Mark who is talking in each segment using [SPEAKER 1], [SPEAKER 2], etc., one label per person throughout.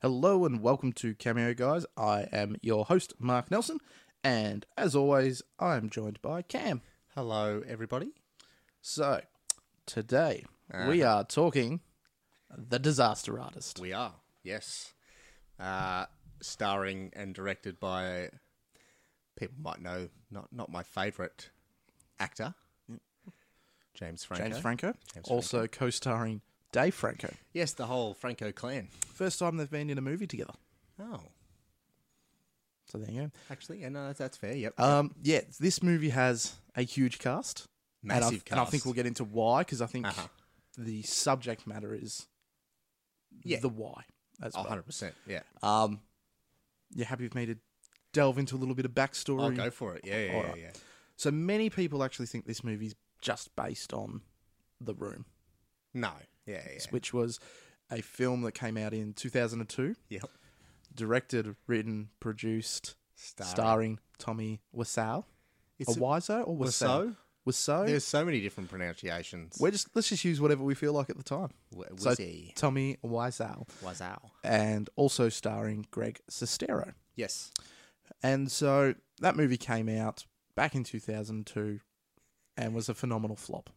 [SPEAKER 1] Hello and welcome to Cameo Guys. I am your host, Mark Nelson, and as always, I'm joined by Cam.
[SPEAKER 2] Hello, everybody.
[SPEAKER 1] So, today we
[SPEAKER 2] Uh-huh.
[SPEAKER 1] are talking The Disaster Artist.
[SPEAKER 2] We are, yes. Uh, starring and directed by people might know, not not my favourite actor, James Franco.
[SPEAKER 1] James Franco, also co starring Dave Franco.
[SPEAKER 2] Yes, the whole Franco clan.
[SPEAKER 1] First time they've been in a movie together.
[SPEAKER 2] Oh,
[SPEAKER 1] So, there you go.
[SPEAKER 2] actually, yeah, no, that's, that's fair. Yep.
[SPEAKER 1] Um, yeah, this movie has a huge cast. and I-
[SPEAKER 2] Massive
[SPEAKER 1] And I
[SPEAKER 2] cast.
[SPEAKER 1] think we'll get into why, because I think
[SPEAKER 2] Uh-huh.
[SPEAKER 1] the subject matter is
[SPEAKER 2] Yeah.
[SPEAKER 1] the why as
[SPEAKER 2] Oh,
[SPEAKER 1] well.
[SPEAKER 2] 100%. Yeah.
[SPEAKER 1] Um, you happy with me to delve into a little bit of backstory?
[SPEAKER 2] I'll go for it. Yeah, yeah, yeah.
[SPEAKER 1] Alright.
[SPEAKER 2] yeah.
[SPEAKER 1] So many people actually think this movie's just based on The Room,
[SPEAKER 2] No. Yeah, yeah.
[SPEAKER 1] which was a film that came out in 2002,
[SPEAKER 2] Yep.
[SPEAKER 1] directed, written, produced,
[SPEAKER 2] Starring.
[SPEAKER 1] starring Tommy Wiseau.
[SPEAKER 2] It's
[SPEAKER 1] Or
[SPEAKER 2] a-
[SPEAKER 1] Wiseau or Wiseau?
[SPEAKER 2] Wiseau?
[SPEAKER 1] Wiseau?
[SPEAKER 2] There's so many different pronunciations.
[SPEAKER 1] We're just let's just use whatever we feel like at the time.
[SPEAKER 2] W-
[SPEAKER 1] So
[SPEAKER 2] Wizzy.
[SPEAKER 1] Tommy Wiseau,
[SPEAKER 2] Wazao.
[SPEAKER 1] and also starring Greg Sestero.
[SPEAKER 2] Yes.
[SPEAKER 1] And so that movie came out back in 2002 and was a phenomenal flop.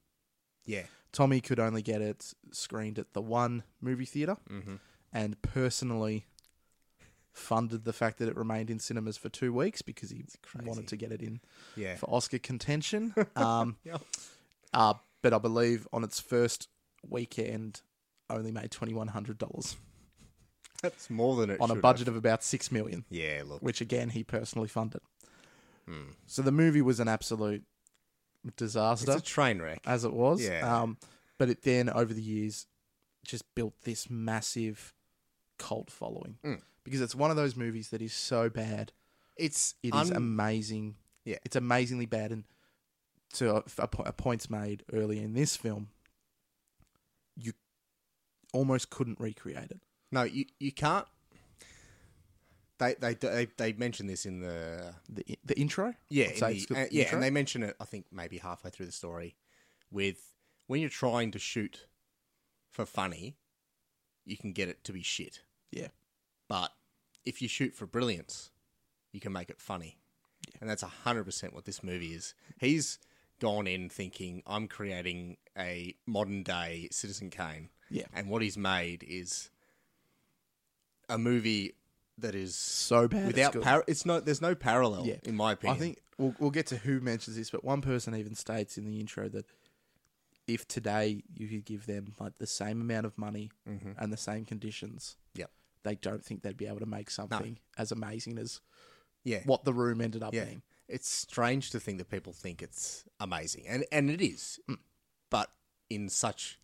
[SPEAKER 2] Yeah.
[SPEAKER 1] Tommy could only get it screened at the one movie theater
[SPEAKER 2] Mm-hmm.
[SPEAKER 1] and personally funded the fact that it remained in cinemas for two weeks because he wanted to get it in
[SPEAKER 2] Yeah.
[SPEAKER 1] for Oscar contention. Um,
[SPEAKER 2] Yep.
[SPEAKER 1] uh, but I believe on its first weekend, only made twenty one hundred dollars
[SPEAKER 2] That's more than it
[SPEAKER 1] on a
[SPEAKER 2] should have.
[SPEAKER 1] budget of about six million,
[SPEAKER 2] Yeah, look.
[SPEAKER 1] which again he personally funded.
[SPEAKER 2] Hmm.
[SPEAKER 1] So the movie was an absolute
[SPEAKER 2] It's
[SPEAKER 1] disaster.
[SPEAKER 2] a train wreck.
[SPEAKER 1] as it was.
[SPEAKER 2] Yeah.
[SPEAKER 1] Um, but it then over the years just built this massive cult following
[SPEAKER 2] Mm.
[SPEAKER 1] because it's one of those movies that is so bad
[SPEAKER 2] It's
[SPEAKER 1] it is
[SPEAKER 2] un-
[SPEAKER 1] amazing.
[SPEAKER 2] Yeah.
[SPEAKER 1] it's amazingly bad. And to a, a, po- a point's made early in this film, you almost couldn't recreate it.
[SPEAKER 2] no, you you can't. They they they they mention this in the
[SPEAKER 1] The the intro,
[SPEAKER 2] yeah
[SPEAKER 1] I'd
[SPEAKER 2] in
[SPEAKER 1] say
[SPEAKER 2] the-
[SPEAKER 1] it's got
[SPEAKER 2] uh,
[SPEAKER 1] the
[SPEAKER 2] yeah,
[SPEAKER 1] intro.
[SPEAKER 2] and they mention it I think maybe halfway through the story, with when you're trying to shoot for funny, you can get it to be shit.
[SPEAKER 1] Yeah.
[SPEAKER 2] but if you shoot for brilliance, you can make it funny, and that's hundred percent what this movie is. He's gone in thinking I'm creating a modern day Citizen Kane.
[SPEAKER 1] Yeah.
[SPEAKER 2] and what he's made is a movie that is
[SPEAKER 1] so bad it's
[SPEAKER 2] without
[SPEAKER 1] good.
[SPEAKER 2] par- it's no there's no parallel
[SPEAKER 1] Yeah.
[SPEAKER 2] in my opinion.
[SPEAKER 1] I think we'll, we'll get to who mentions this, but one person even states in the intro that if today you could give them like the same amount of money and the same conditions,
[SPEAKER 2] Yep.
[SPEAKER 1] they don't think they'd be able to make something as amazing as
[SPEAKER 2] yeah,
[SPEAKER 1] what the room ended up
[SPEAKER 2] yeah.
[SPEAKER 1] being.
[SPEAKER 2] It's strange to think that people think it's amazing, and and it is,
[SPEAKER 1] Hmm.
[SPEAKER 2] but in such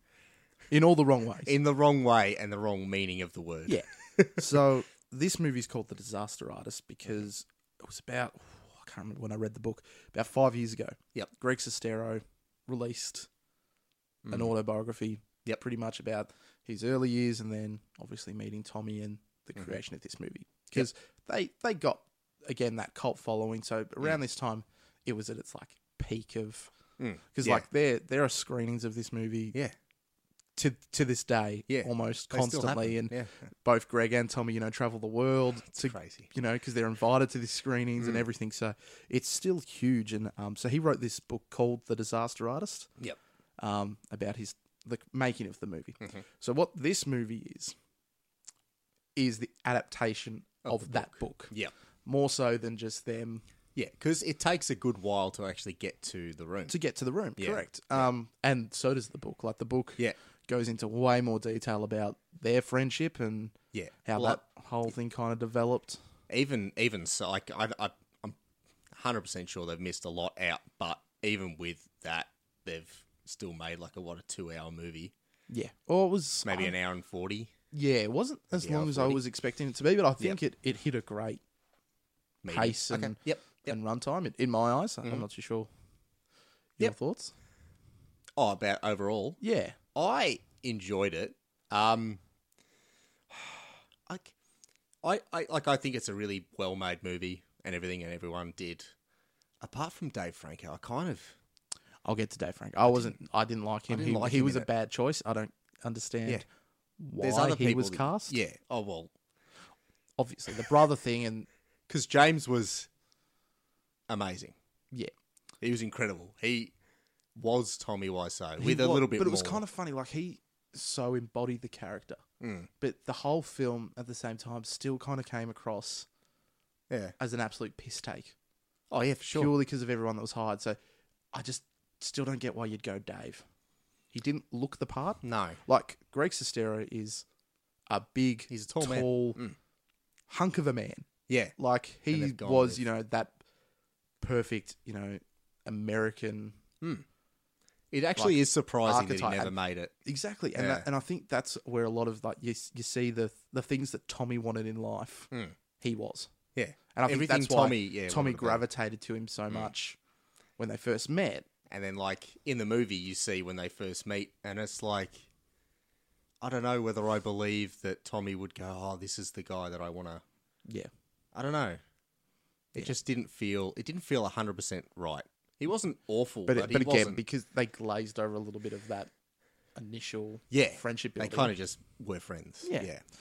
[SPEAKER 1] In all the wrong ways.
[SPEAKER 2] in the wrong way and the wrong meaning of the word.
[SPEAKER 1] yeah. so this movie's called The Disaster Artist because it was about I can't remember when I read the book, about five years ago.
[SPEAKER 2] Yep.
[SPEAKER 1] Greg Sestero released
[SPEAKER 2] Mm.
[SPEAKER 1] an autobiography.
[SPEAKER 2] Yep.
[SPEAKER 1] Pretty much about his early years and then obviously meeting Tommy and the
[SPEAKER 2] Mm-hmm.
[SPEAKER 1] creation of this movie. Because they, they got, again, that cult following. So around this time, it was at its like peak of.
[SPEAKER 2] Mm,
[SPEAKER 1] Because
[SPEAKER 2] yeah.
[SPEAKER 1] like there there are screenings of this movie
[SPEAKER 2] yeah,
[SPEAKER 1] to to this day
[SPEAKER 2] Yeah.
[SPEAKER 1] almost
[SPEAKER 2] They still
[SPEAKER 1] constantly and
[SPEAKER 2] happen. yeah,
[SPEAKER 1] both Greg and Tommy you know travel the world to
[SPEAKER 2] crazy. Mm.
[SPEAKER 1] you know, because they're invited to these screenings and everything. So it's still huge. And um, so he wrote this book called The Disaster Artist
[SPEAKER 2] Yep.
[SPEAKER 1] um, about his the making of the movie.
[SPEAKER 2] Mm-hmm.
[SPEAKER 1] So what this movie is is the adaptation of, that book.
[SPEAKER 2] Yep.
[SPEAKER 1] more so than just them
[SPEAKER 2] Yeah, because it takes a good while to actually get to the room.
[SPEAKER 1] to get to the room.
[SPEAKER 2] Yeah.
[SPEAKER 1] Correct. Um, and so does the book. Like the book,
[SPEAKER 2] Yeah.
[SPEAKER 1] goes into way more detail about their friendship and
[SPEAKER 2] Yeah,
[SPEAKER 1] how
[SPEAKER 2] Like,
[SPEAKER 1] that whole thing kind of developed.
[SPEAKER 2] even even so, like I, I I'm hundred percent sure they've missed a lot out, but even with that, they've still made like a what a two hour movie,
[SPEAKER 1] Yeah, or it was
[SPEAKER 2] maybe an hour and forty.
[SPEAKER 1] Yeah, it wasn't as
[SPEAKER 2] Yeah,
[SPEAKER 1] long
[SPEAKER 2] I
[SPEAKER 1] as I
[SPEAKER 2] thought it-
[SPEAKER 1] was expecting it to be, but I think it, it hit a great
[SPEAKER 2] Maybe.
[SPEAKER 1] pace and,
[SPEAKER 2] Okay. Yep. Yep.
[SPEAKER 1] and runtime in, in my eyes. I'm not too sure. Your
[SPEAKER 2] Yep.
[SPEAKER 1] thoughts?
[SPEAKER 2] Oh, about overall,
[SPEAKER 1] Yeah.
[SPEAKER 2] I enjoyed it. Um, like, I, I like I think it's a really well made movie, and everything and everyone did. Apart from Dave Franco, I kind of
[SPEAKER 1] I'll get to Dave Frank. I wasn't. I didn't like him.
[SPEAKER 2] didn't
[SPEAKER 1] he
[SPEAKER 2] like
[SPEAKER 1] he
[SPEAKER 2] him
[SPEAKER 1] was
[SPEAKER 2] in
[SPEAKER 1] a
[SPEAKER 2] it.
[SPEAKER 1] bad choice. I don't understand
[SPEAKER 2] Yeah.
[SPEAKER 1] why he was
[SPEAKER 2] that-
[SPEAKER 1] cast.
[SPEAKER 2] Yeah. Oh well,
[SPEAKER 1] obviously the brother thing, and
[SPEAKER 2] because James was amazing.
[SPEAKER 1] yeah,
[SPEAKER 2] He was incredible. He was Tommy Wiseau
[SPEAKER 1] He
[SPEAKER 2] with a
[SPEAKER 1] wa-
[SPEAKER 2] little bit.
[SPEAKER 1] But it was
[SPEAKER 2] more.
[SPEAKER 1] kind of funny. Like he so embodied the character,
[SPEAKER 2] Mm.
[SPEAKER 1] but the whole film at the same time still kind of came across
[SPEAKER 2] yeah.
[SPEAKER 1] as an absolute piss take,
[SPEAKER 2] Oh yeah, for sure.
[SPEAKER 1] purely because of everyone that was hired. So I just still don't get why you'd go Dave. He didn't look the part.
[SPEAKER 2] No,
[SPEAKER 1] Like Greg Sestero is a big,
[SPEAKER 2] He's a tall man. Mm.
[SPEAKER 1] hunk of a man.
[SPEAKER 2] yeah,
[SPEAKER 1] Like
[SPEAKER 2] And
[SPEAKER 1] he
[SPEAKER 2] they've gone
[SPEAKER 1] was,
[SPEAKER 2] with-
[SPEAKER 1] you know, that perfect, you know, American
[SPEAKER 2] it actually is surprising that he
[SPEAKER 1] archetype.
[SPEAKER 2] never made it.
[SPEAKER 1] Exactly, and
[SPEAKER 2] Yeah.
[SPEAKER 1] that, and I think that's where a lot of like you s- you see the the things that Tommy wanted in life.
[SPEAKER 2] Mm.
[SPEAKER 1] He was,
[SPEAKER 2] Yeah,
[SPEAKER 1] and I think
[SPEAKER 2] everything
[SPEAKER 1] that's
[SPEAKER 2] Tommy.
[SPEAKER 1] why
[SPEAKER 2] yeah,
[SPEAKER 1] Tommy
[SPEAKER 2] wanted to be. Hmm.
[SPEAKER 1] gravitated to him so much when they first met.
[SPEAKER 2] And then, like in the movie, you see when they first meet, and it's like, I don't know whether I believe that Tommy would go, "Oh, this is the guy that I want to."
[SPEAKER 1] Yeah,
[SPEAKER 2] I don't know. It just didn't feel. It didn't feel hundred percent right. He wasn't awful,
[SPEAKER 1] but but,
[SPEAKER 2] but, he
[SPEAKER 1] again,
[SPEAKER 2] wasn't.
[SPEAKER 1] because they glazed over a little bit of that initial
[SPEAKER 2] yeah,
[SPEAKER 1] friendship
[SPEAKER 2] They
[SPEAKER 1] building.
[SPEAKER 2] kind of just were friends.
[SPEAKER 1] Yeah.
[SPEAKER 2] yeah.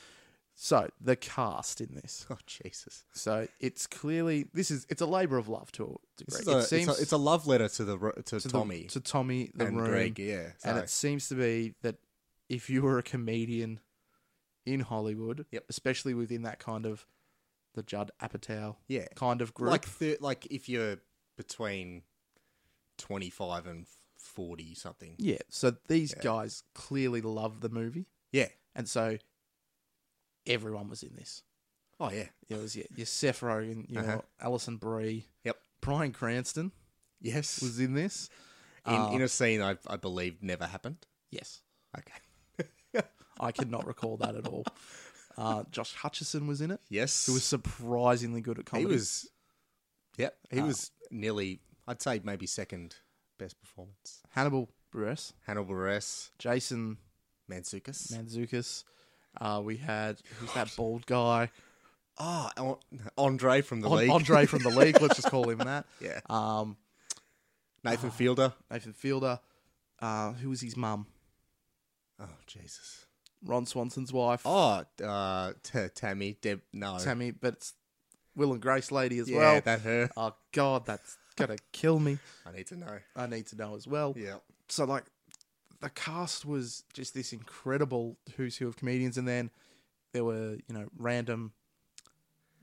[SPEAKER 1] So the cast in this,
[SPEAKER 2] Oh Jesus.
[SPEAKER 1] so it's clearly this is it's a labor of love to a
[SPEAKER 2] This
[SPEAKER 1] degree.
[SPEAKER 2] is
[SPEAKER 1] it
[SPEAKER 2] a, it's a-
[SPEAKER 1] seems
[SPEAKER 2] it's a, love letter to the ro- to,
[SPEAKER 1] to the-
[SPEAKER 2] Tommy
[SPEAKER 1] to Tommy the
[SPEAKER 2] and
[SPEAKER 1] room,
[SPEAKER 2] Greg. Yeah,
[SPEAKER 1] And
[SPEAKER 2] so-
[SPEAKER 1] it seems to be that if you were a comedian in Hollywood,
[SPEAKER 2] Yep.
[SPEAKER 1] especially within that kind of the Judd Apatow
[SPEAKER 2] yeah,
[SPEAKER 1] kind of group,
[SPEAKER 2] like thir- like if you're between twenty five and forty something.
[SPEAKER 1] yeah. So these
[SPEAKER 2] Yeah.
[SPEAKER 1] guys clearly love the movie,
[SPEAKER 2] Yeah.
[SPEAKER 1] and so everyone was in this.
[SPEAKER 2] Oh yeah.
[SPEAKER 1] It was your, your Seth Rogen, you know,
[SPEAKER 2] Uh-huh.
[SPEAKER 1] Alison Brie,
[SPEAKER 2] Yep.
[SPEAKER 1] Brian Cranston
[SPEAKER 2] Yes.
[SPEAKER 1] was in this.
[SPEAKER 2] in,
[SPEAKER 1] Uh,
[SPEAKER 2] in a scene I I believe never happened.
[SPEAKER 1] yes,
[SPEAKER 2] Okay.
[SPEAKER 1] I cannot recall that at all. Uh, Josh Hutcherson was in it.
[SPEAKER 2] Yes.
[SPEAKER 1] Who was surprisingly good at
[SPEAKER 2] he
[SPEAKER 1] comedy.
[SPEAKER 2] was. Yep. He
[SPEAKER 1] Uh,
[SPEAKER 2] was nearly. I'd say maybe second best performance.
[SPEAKER 1] Hannibal Buress,
[SPEAKER 2] Hannibal Buress,
[SPEAKER 1] Jason
[SPEAKER 2] Mantzoukas.
[SPEAKER 1] Manzukis. Uh, we had who's that bald guy?
[SPEAKER 2] Ah, oh, Andre from the
[SPEAKER 1] An-
[SPEAKER 2] league.
[SPEAKER 1] Andre from the league. Let's just call him that.
[SPEAKER 2] Yeah.
[SPEAKER 1] Um, ah.
[SPEAKER 2] Nathan Fielder.
[SPEAKER 1] Nathan Fielder. Uh, who was his mum?
[SPEAKER 2] Oh Jesus.
[SPEAKER 1] Ron Swanson's wife,
[SPEAKER 2] Oh, uh, t- Tammy, Deb, no.
[SPEAKER 1] Tammy. But it's Will and Grace lady as
[SPEAKER 2] yeah,
[SPEAKER 1] well.
[SPEAKER 2] that her.
[SPEAKER 1] Oh God, that's gonna kill me.
[SPEAKER 2] I need to know.
[SPEAKER 1] I need to know as well.
[SPEAKER 2] Yeah.
[SPEAKER 1] So like, the cast was just this incredible who's who of comedians, and then there were you know random,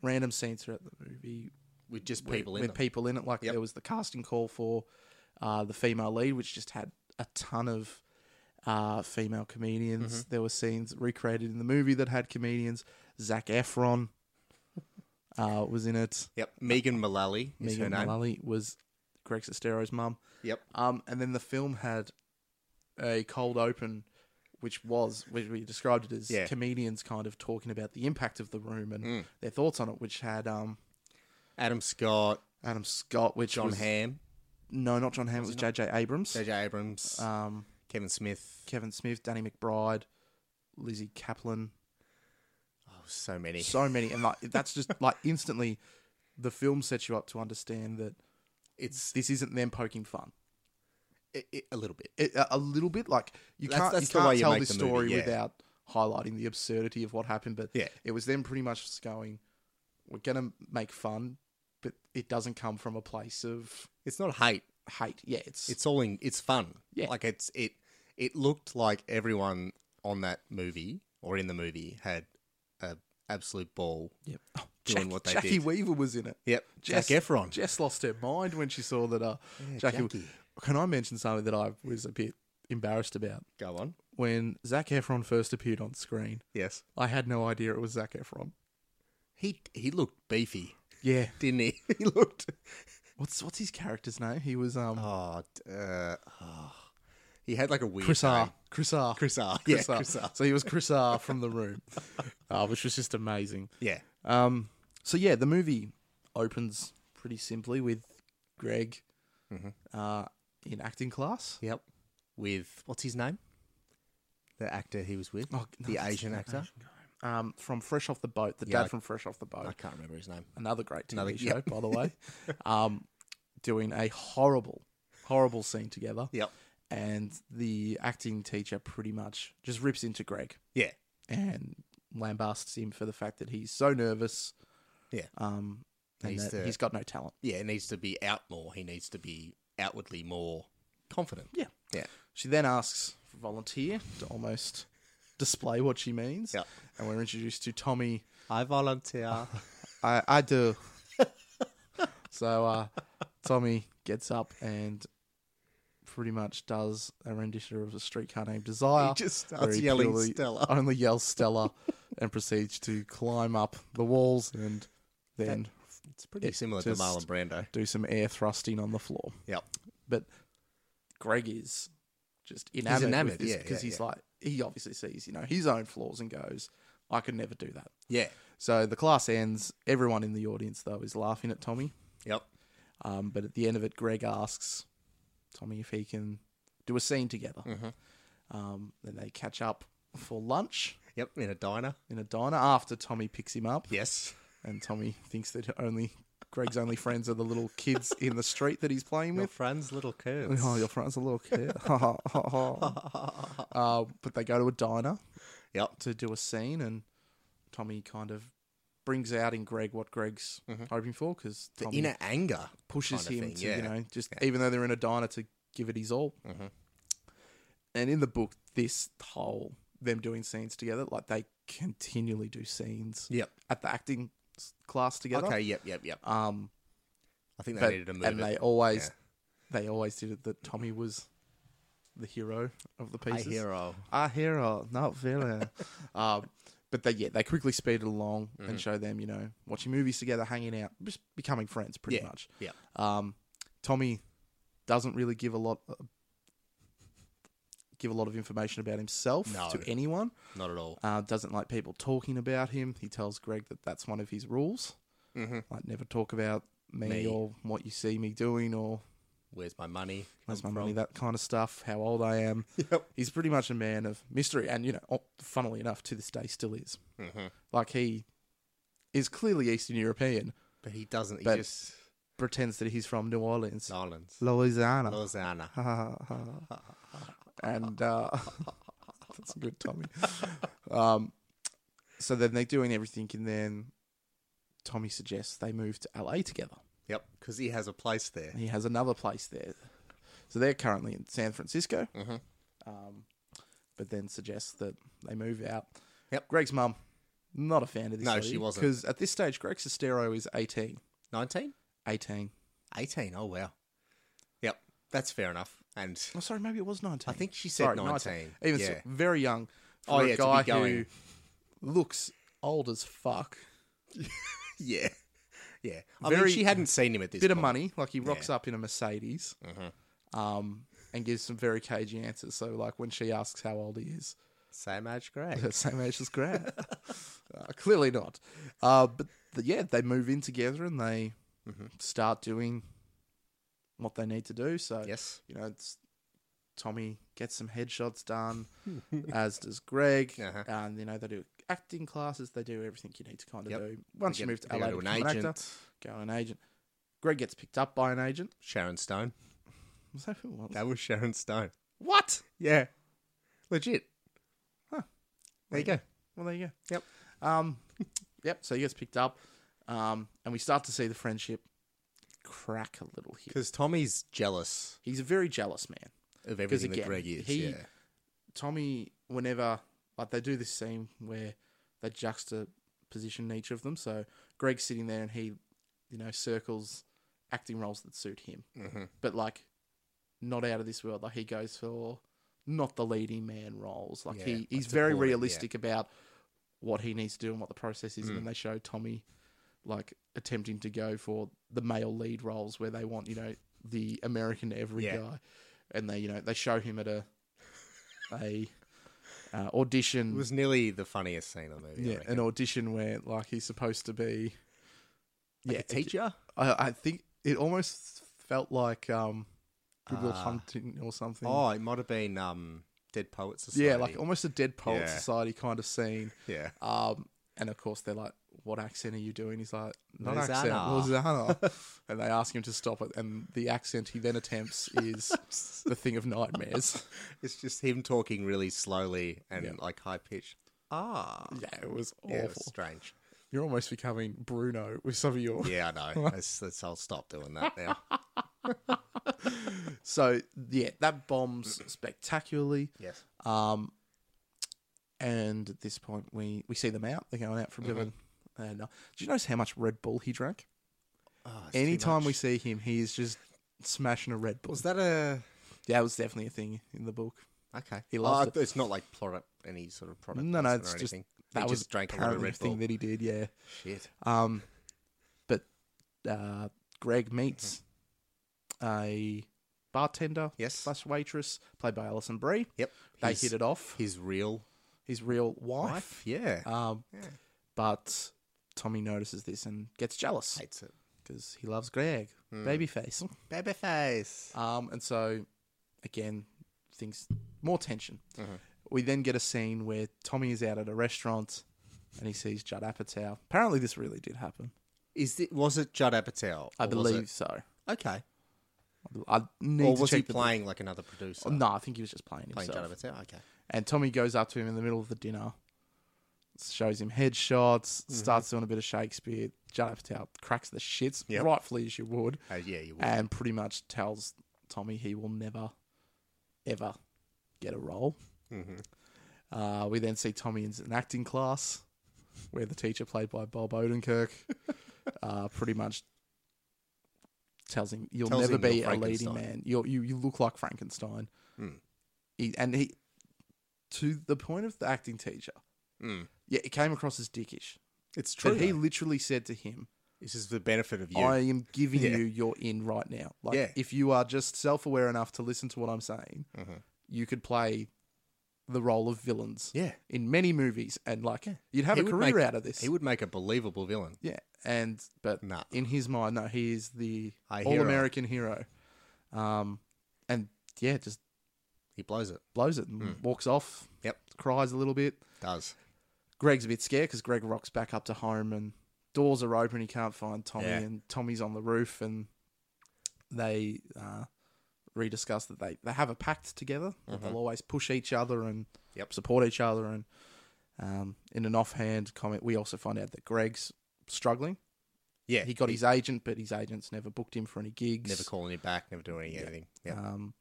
[SPEAKER 1] random scenes throughout the movie
[SPEAKER 2] With just people
[SPEAKER 1] with,
[SPEAKER 2] in
[SPEAKER 1] with
[SPEAKER 2] them.
[SPEAKER 1] people in it. Like
[SPEAKER 2] Yep.
[SPEAKER 1] there was the casting call for uh, the female lead, which just had a ton of uh, female comedians.
[SPEAKER 2] Mm-hmm.
[SPEAKER 1] There were scenes recreated in the movie that had comedians. Zach Efron uh, was in it.
[SPEAKER 2] Yep. Megan Mullally is her
[SPEAKER 1] Megan
[SPEAKER 2] name.
[SPEAKER 1] Mullally was Greg Sestero's mum.
[SPEAKER 2] Yep.
[SPEAKER 1] Um, and then the film had a cold open, which was which we described it as
[SPEAKER 2] Yeah.
[SPEAKER 1] comedians kind of talking about the impact of the room and
[SPEAKER 2] Mm.
[SPEAKER 1] their thoughts on it, which had um,
[SPEAKER 2] Adam Scott,
[SPEAKER 1] Adam Scott, which
[SPEAKER 2] John
[SPEAKER 1] was,
[SPEAKER 2] Hamm,
[SPEAKER 1] no, not John Hamm. It was J.J. Abrams,
[SPEAKER 2] JJ Abrams,
[SPEAKER 1] um,
[SPEAKER 2] Kevin Smith.
[SPEAKER 1] Kevin Smith, Danny McBride, Lizzie Kaplan.
[SPEAKER 2] Oh, so many.
[SPEAKER 1] So many, and like that's just like instantly, the film sets you up to understand that
[SPEAKER 2] It's
[SPEAKER 1] this isn't them poking fun.
[SPEAKER 2] it, it- a little bit.
[SPEAKER 1] It, a, a little bit like you
[SPEAKER 2] That's-
[SPEAKER 1] can't
[SPEAKER 2] that's the
[SPEAKER 1] you can't
[SPEAKER 2] way you
[SPEAKER 1] tell
[SPEAKER 2] make
[SPEAKER 1] this
[SPEAKER 2] the movie,
[SPEAKER 1] story
[SPEAKER 2] yeah.
[SPEAKER 1] without highlighting the absurdity of what happened. But
[SPEAKER 2] Yeah.
[SPEAKER 1] it was them pretty much just going, we're gonna make fun, but it doesn't come from a place of
[SPEAKER 2] It's not hate.
[SPEAKER 1] hate. Yeah, it's
[SPEAKER 2] It's all in. It's fun.
[SPEAKER 1] Yeah.
[SPEAKER 2] Like it's it. It looked like everyone on that movie or in the movie had a absolute ball.
[SPEAKER 1] yep.
[SPEAKER 2] doing
[SPEAKER 1] Jack-
[SPEAKER 2] what they
[SPEAKER 1] Jackie
[SPEAKER 2] did.
[SPEAKER 1] Weaver was in it.
[SPEAKER 2] Yep.
[SPEAKER 1] Jess-
[SPEAKER 2] Oh, Jack Efron.
[SPEAKER 1] Jess lost her mind when she saw that uh,
[SPEAKER 2] Yeah,
[SPEAKER 1] Jackie, Can I mention something that I was a bit embarrassed about?
[SPEAKER 2] Go on.
[SPEAKER 1] When Zach Efron first appeared on screen,
[SPEAKER 2] Yes.
[SPEAKER 1] I had no idea it was Zach Efron.
[SPEAKER 2] He he looked beefy,
[SPEAKER 1] Yeah.
[SPEAKER 2] didn't he? he looked.
[SPEAKER 1] What's what's his character's name? He was um
[SPEAKER 2] Oh, d- uh, oh. he had like a weird
[SPEAKER 1] Chris
[SPEAKER 2] name.
[SPEAKER 1] R. Chris R.
[SPEAKER 2] Chris R. Yeah,
[SPEAKER 1] Chris R.
[SPEAKER 2] Chris R.
[SPEAKER 1] So he was Chris R from the room. uh, which was just amazing.
[SPEAKER 2] Yeah.
[SPEAKER 1] Um so yeah, the movie opens pretty simply with Greg
[SPEAKER 2] Mm-hmm.
[SPEAKER 1] uh in acting class.
[SPEAKER 2] Yep. With what's his name? The actor he was with.
[SPEAKER 1] Oh, no,
[SPEAKER 2] the
[SPEAKER 1] that's
[SPEAKER 2] Asian
[SPEAKER 1] not
[SPEAKER 2] actor.
[SPEAKER 1] Um from Fresh Off the Boat, the
[SPEAKER 2] Yeah, I-
[SPEAKER 1] dad from Fresh Off the Boat.
[SPEAKER 2] I can't remember his name.
[SPEAKER 1] another great TV
[SPEAKER 2] Another-
[SPEAKER 1] show, by the way, um, doing a horrible, horrible scene together.
[SPEAKER 2] Yep.
[SPEAKER 1] And the acting teacher pretty much just rips into Greg
[SPEAKER 2] Yeah.
[SPEAKER 1] and lambasts him for the fact that he's so nervous.
[SPEAKER 2] Yeah.
[SPEAKER 1] Um, and
[SPEAKER 2] He's
[SPEAKER 1] that
[SPEAKER 2] the-
[SPEAKER 1] he's got no talent.
[SPEAKER 2] Yeah, he needs to be out more. He needs to be outwardly more confident.
[SPEAKER 1] Yeah.
[SPEAKER 2] Yeah.
[SPEAKER 1] She then asks for volunteer to almost display what she means.
[SPEAKER 2] Yep.
[SPEAKER 1] And we're introduced to Tommy.
[SPEAKER 2] I volunteer.
[SPEAKER 1] I, I do. so uh, Tommy gets up and pretty much does a rendition of a streetcar named Desire.
[SPEAKER 2] He just
[SPEAKER 1] where
[SPEAKER 2] starts
[SPEAKER 1] he
[SPEAKER 2] yelling
[SPEAKER 1] purely
[SPEAKER 2] Stella.
[SPEAKER 1] Only yells Stella and proceeds to climb up the walls and then
[SPEAKER 2] It's pretty
[SPEAKER 1] It
[SPEAKER 2] similar
[SPEAKER 1] just-
[SPEAKER 2] to Marlon Brando.
[SPEAKER 1] do some air thrusting on the floor.
[SPEAKER 2] Yep.
[SPEAKER 1] But Greg is just enamored,
[SPEAKER 2] enamored,
[SPEAKER 1] with this
[SPEAKER 2] yeah,
[SPEAKER 1] because
[SPEAKER 2] yeah,
[SPEAKER 1] he's
[SPEAKER 2] yeah.
[SPEAKER 1] like he obviously sees you know his own flaws and goes, I could never do that.
[SPEAKER 2] Yeah.
[SPEAKER 1] So the class ends. Everyone in the audience though is laughing at Tommy.
[SPEAKER 2] Yep.
[SPEAKER 1] Um, but at the end of it, Greg asks Tommy if he can do a scene together.
[SPEAKER 2] Mm-hmm.
[SPEAKER 1] Um, then they catch up for lunch
[SPEAKER 2] Yep. In a diner.
[SPEAKER 1] in a diner after Tommy picks him up,
[SPEAKER 2] Yes.
[SPEAKER 1] and Tommy thinks that only Greg's only friends are the little kids in the street that he's playing with.
[SPEAKER 2] friends, little kids.
[SPEAKER 1] Oh, your friend's a little kid. uh, but they go to a diner
[SPEAKER 2] Yep.
[SPEAKER 1] to do a scene, and Tommy kind of brings out in Greg what Greg's hoping for because
[SPEAKER 2] Mm-hmm. The
[SPEAKER 1] Tommy
[SPEAKER 2] inner anger
[SPEAKER 1] pushes
[SPEAKER 2] kind of
[SPEAKER 1] him
[SPEAKER 2] thing,
[SPEAKER 1] to,
[SPEAKER 2] yeah. Mm-hmm.
[SPEAKER 1] you know, just even though they're in a diner to give it his all. And in the book, this whole them doing scenes together, like they continually do scenes
[SPEAKER 2] Yep.
[SPEAKER 1] at the acting s- class together.
[SPEAKER 2] Okay. Yep. Yep. Yep.
[SPEAKER 1] Um,
[SPEAKER 2] I think they
[SPEAKER 1] but,
[SPEAKER 2] needed to move
[SPEAKER 1] and
[SPEAKER 2] it.
[SPEAKER 1] they always they always did it that Tommy was the hero of the
[SPEAKER 2] A
[SPEAKER 1] pieces.
[SPEAKER 2] hero.
[SPEAKER 1] Our hero, not villain. um, but they yeah, they quickly speed it along
[SPEAKER 2] Mm-hmm.
[SPEAKER 1] and show them, you know, watching movies together, hanging out, just becoming friends pretty
[SPEAKER 2] Yeah.
[SPEAKER 1] much.
[SPEAKER 2] Yep.
[SPEAKER 1] Um, Tommy doesn't really give a lot uh, give a lot of information about himself
[SPEAKER 2] No.
[SPEAKER 1] to anyone.
[SPEAKER 2] Not at all.
[SPEAKER 1] Uh, doesn't like people talking about him. He tells Greg that that's one of his rules.
[SPEAKER 2] Mm-hmm.
[SPEAKER 1] Like never talk about me,
[SPEAKER 2] Me.
[SPEAKER 1] or what you see me doing or
[SPEAKER 2] Where's my money?
[SPEAKER 1] where's my
[SPEAKER 2] come
[SPEAKER 1] money,
[SPEAKER 2] from?
[SPEAKER 1] that kind of stuff. How old I am.
[SPEAKER 2] Yep.
[SPEAKER 1] He's pretty much a man of mystery, and you know, oh, funnily enough, to this day still is.
[SPEAKER 2] Mhm.
[SPEAKER 1] Like he is clearly Eastern European,
[SPEAKER 2] But he doesn't. He
[SPEAKER 1] But-
[SPEAKER 2] just
[SPEAKER 1] pretends that he's from New Orleans,
[SPEAKER 2] Islands.
[SPEAKER 1] Louisiana.
[SPEAKER 2] Lausanne.
[SPEAKER 1] and uh, that's a good Tommy. Um, so then they're doing everything, and then Tommy suggests they move to LA together.
[SPEAKER 2] Yep. Because he has a place there.
[SPEAKER 1] He has another place there, so they're currently in San Francisco.
[SPEAKER 2] Mhm.
[SPEAKER 1] Um, but then suggests that they move out.
[SPEAKER 2] Yep.
[SPEAKER 1] Greg's mum, not a fan of this.
[SPEAKER 2] No, she wasn't.
[SPEAKER 1] because at this stage, Greg Sestero is 18.
[SPEAKER 2] 19?
[SPEAKER 1] 18.
[SPEAKER 2] 18. Oh, wow. Yep. That's fair enough. And
[SPEAKER 1] Oh, sorry, maybe it was 19.
[SPEAKER 2] I think she said
[SPEAKER 1] Sorry,
[SPEAKER 2] 19.
[SPEAKER 1] Even
[SPEAKER 2] yeah.
[SPEAKER 1] so, very young.
[SPEAKER 2] Oh,
[SPEAKER 1] For
[SPEAKER 2] yeah,
[SPEAKER 1] a
[SPEAKER 2] to be
[SPEAKER 1] guy
[SPEAKER 2] going.
[SPEAKER 1] who looks old as fuck.
[SPEAKER 2] yeah. Yeah. I mean,
[SPEAKER 1] Very-
[SPEAKER 2] she hadn't seen him at this
[SPEAKER 1] Bit of
[SPEAKER 2] point.
[SPEAKER 1] money, like he rocks up in a Mercedes,
[SPEAKER 2] Mm-hmm.
[SPEAKER 1] um, and gives some very cagey answers. So, like when she asks how old he is,
[SPEAKER 2] Same age, great.
[SPEAKER 1] same age as Grant. uh, clearly not. Uh, but th- yeah, they move in together and they
[SPEAKER 2] Mm-hmm.
[SPEAKER 1] start doing what they need to do. So
[SPEAKER 2] yes.
[SPEAKER 1] you know, it's, Tommy gets some headshots done, as does Greg,
[SPEAKER 2] Uh-huh.
[SPEAKER 1] and you know they do acting classes. They do everything you need to kind of
[SPEAKER 2] Yep.
[SPEAKER 1] do once you
[SPEAKER 2] get-
[SPEAKER 1] move to
[SPEAKER 2] they
[SPEAKER 1] LA
[SPEAKER 2] go
[SPEAKER 1] to
[SPEAKER 2] to
[SPEAKER 1] become
[SPEAKER 2] an
[SPEAKER 1] an actor.
[SPEAKER 2] agent.
[SPEAKER 1] Go on an agent. Greg gets picked up by an agent.
[SPEAKER 2] Sharon Stone.
[SPEAKER 1] Was that who it was?
[SPEAKER 2] That was Sharon Stone.
[SPEAKER 1] What?
[SPEAKER 2] Yeah. Legit.
[SPEAKER 1] Huh.
[SPEAKER 2] There you go.
[SPEAKER 1] Well, there you go.
[SPEAKER 2] Yep.
[SPEAKER 1] Um, yep. So he gets picked up, um, and we start to see the friendship crack a little here.
[SPEAKER 2] Because Tommy's jealous
[SPEAKER 1] He's a very jealous man.
[SPEAKER 2] of everything
[SPEAKER 1] again,
[SPEAKER 2] that Greg is.
[SPEAKER 1] he-
[SPEAKER 2] yeah.
[SPEAKER 1] Tommy, whenever like they do this scene where they juxtaposition each of them, so Greg's sitting there and he, you know, circles acting roles that suit him,
[SPEAKER 2] Mhm.
[SPEAKER 1] but like not out of this world. Like he goes for not the leading man roles. Like
[SPEAKER 2] Yeah,
[SPEAKER 1] he
[SPEAKER 2] like
[SPEAKER 1] he's very
[SPEAKER 2] supporting, yeah.
[SPEAKER 1] realistic about what he needs to do and what the process
[SPEAKER 2] Mm.
[SPEAKER 1] is, and then they show Tommy like attempting to go for the male lead roles where they want you know the American every
[SPEAKER 2] Yeah.
[SPEAKER 1] guy, and they you know they show him at a a uh, audition.
[SPEAKER 2] It was nearly the funniest scene of the movie. I
[SPEAKER 1] yeah,
[SPEAKER 2] reckon.
[SPEAKER 1] an audition where like he's supposed to be.
[SPEAKER 2] Like a teacher?
[SPEAKER 1] I, I think it almost felt like um, Goodwill
[SPEAKER 2] Ah.
[SPEAKER 1] Hunting or something.
[SPEAKER 2] Oh, it might have been um, Dead Poets Society.
[SPEAKER 1] yeah, like um, almost a Dead Poet
[SPEAKER 2] Yeah.
[SPEAKER 1] Society kind of scene.
[SPEAKER 2] yeah.
[SPEAKER 1] Um, and of course, they're like, "What accent are you doing?" He's like, "Not accent,
[SPEAKER 2] Louisiana."
[SPEAKER 1] Louisiana." and they ask him to stop it, and the accent he then attempts is the thing of nightmares.
[SPEAKER 2] It's just him talking really slowly and
[SPEAKER 1] Yeah.
[SPEAKER 2] like high pitched. ha.
[SPEAKER 1] Yeah, it was awful.
[SPEAKER 2] Yeah, it was strange.
[SPEAKER 1] You're almost becoming Bruno with some of your.
[SPEAKER 2] Yeah, I know. Let's, let's, I'll stop doing that now.
[SPEAKER 1] So yeah, that bombs spectacularly.
[SPEAKER 2] yes.
[SPEAKER 1] Um, and at this point, we we see them out. They're going out for a bit of a-
[SPEAKER 2] Mm-hmm.
[SPEAKER 1] And uh, do you notice how much Red Bull he drank?
[SPEAKER 2] Oh, it's too
[SPEAKER 1] Anytime
[SPEAKER 2] much.
[SPEAKER 1] we see him, he is just smashing a Red Bull.
[SPEAKER 2] Was that a.
[SPEAKER 1] Yeah, it was definitely a thing in the book.
[SPEAKER 2] Okay.
[SPEAKER 1] He loves
[SPEAKER 2] Oh,
[SPEAKER 1] it.
[SPEAKER 2] It's not like product, any sort of product.
[SPEAKER 1] No, no,
[SPEAKER 2] placement
[SPEAKER 1] it's
[SPEAKER 2] or
[SPEAKER 1] just-
[SPEAKER 2] anything. He
[SPEAKER 1] That was
[SPEAKER 2] just drank a lot of
[SPEAKER 1] apparently a
[SPEAKER 2] Red
[SPEAKER 1] thing
[SPEAKER 2] Bull.
[SPEAKER 1] that he did. Yeah.
[SPEAKER 2] Shit.
[SPEAKER 1] Um, but uh, Greg meets a bartender
[SPEAKER 2] Mm-hmm. Yes.
[SPEAKER 1] slash waitress played by Alison Brie.
[SPEAKER 2] Yep.
[SPEAKER 1] They
[SPEAKER 2] His-
[SPEAKER 1] hit it off.
[SPEAKER 2] His real
[SPEAKER 1] His real wife.
[SPEAKER 2] wife. Yeah.
[SPEAKER 1] Um,
[SPEAKER 2] Yeah.
[SPEAKER 1] But Tommy notices this and gets jealous
[SPEAKER 2] Hates it.
[SPEAKER 1] because he loves Greg,
[SPEAKER 2] Hmm.
[SPEAKER 1] babyface.
[SPEAKER 2] Babyface.
[SPEAKER 1] Um, and so, again, things more tension.
[SPEAKER 2] Mm-hmm.
[SPEAKER 1] We then get a scene where Tommy is out at a restaurant and he sees Judd Apatow. Apparently, this really did happen.
[SPEAKER 2] Is it was it Judd Apatow?
[SPEAKER 1] I
[SPEAKER 2] or was it-
[SPEAKER 1] believe so.
[SPEAKER 2] Okay.
[SPEAKER 1] I need
[SPEAKER 2] Or
[SPEAKER 1] to
[SPEAKER 2] was
[SPEAKER 1] check
[SPEAKER 2] he
[SPEAKER 1] the-
[SPEAKER 2] playing like another producer?
[SPEAKER 1] No, I think he was just playing
[SPEAKER 2] playing
[SPEAKER 1] himself.
[SPEAKER 2] Judd Apatow. Okay.
[SPEAKER 1] and Tommy goes up to him in the middle of the dinner, shows him headshots,
[SPEAKER 2] Mm-hmm.
[SPEAKER 1] starts doing a bit of Shakespeare. Judd Apatow cracks the shits,
[SPEAKER 2] Yep.
[SPEAKER 1] rightfully as you would,
[SPEAKER 2] Oh yeah, you would.
[SPEAKER 1] and pretty much tells Tommy he will never, ever get a role.
[SPEAKER 2] Mm-hmm.
[SPEAKER 1] Uh, we then see Tommy in an acting class where the teacher, played by Bob Odenkirk, uh, pretty much tells him, You'll
[SPEAKER 2] Tells
[SPEAKER 1] never
[SPEAKER 2] him
[SPEAKER 1] be
[SPEAKER 2] you're
[SPEAKER 1] a leading
[SPEAKER 2] Frankenstein."
[SPEAKER 1] man. You're, you, you look like Frankenstein.
[SPEAKER 2] Mm.
[SPEAKER 1] He, and he, to the point of the acting teacher,
[SPEAKER 2] Mm.
[SPEAKER 1] yeah, it came across as dickish.
[SPEAKER 2] It's true.
[SPEAKER 1] But he
[SPEAKER 2] though.
[SPEAKER 1] literally said to him,
[SPEAKER 2] this is the benefit of you.
[SPEAKER 1] I am giving
[SPEAKER 2] Yeah.
[SPEAKER 1] you your in right now. Like,
[SPEAKER 2] Yeah.
[SPEAKER 1] if you are just self aware enough to listen to what I'm saying,
[SPEAKER 2] Mm-hmm.
[SPEAKER 1] you could play the role of villains
[SPEAKER 2] yeah.
[SPEAKER 1] in many movies and, like, you'd have
[SPEAKER 2] He
[SPEAKER 1] a
[SPEAKER 2] would
[SPEAKER 1] career
[SPEAKER 2] make-
[SPEAKER 1] out of this.
[SPEAKER 2] He would make a believable villain.
[SPEAKER 1] yeah. And, but
[SPEAKER 2] Nah.
[SPEAKER 1] in his mind, no, he is the
[SPEAKER 2] A
[SPEAKER 1] all American hero. Um, and yeah, just
[SPEAKER 2] He blows it.
[SPEAKER 1] blows it and
[SPEAKER 2] Hmm.
[SPEAKER 1] walks off,
[SPEAKER 2] Yep.
[SPEAKER 1] cries a little bit.
[SPEAKER 2] Does.
[SPEAKER 1] Greg's a bit scared because Greg rocks back up to home and doors are open. He can't find Tommy,
[SPEAKER 2] Yeah.
[SPEAKER 1] and Tommy's on the roof. And they uh, rediscuss that they, they have a pact together. That they'll always push each other and
[SPEAKER 2] Mm-hmm. Yep.
[SPEAKER 1] support each other. And um, in an offhand comment, we also find out that Greg's struggling.
[SPEAKER 2] Yeah.
[SPEAKER 1] He got his agent, but his agent's never booked him for any gigs.
[SPEAKER 2] never calling him back, never doing any- anything. Yeah.
[SPEAKER 1] Um,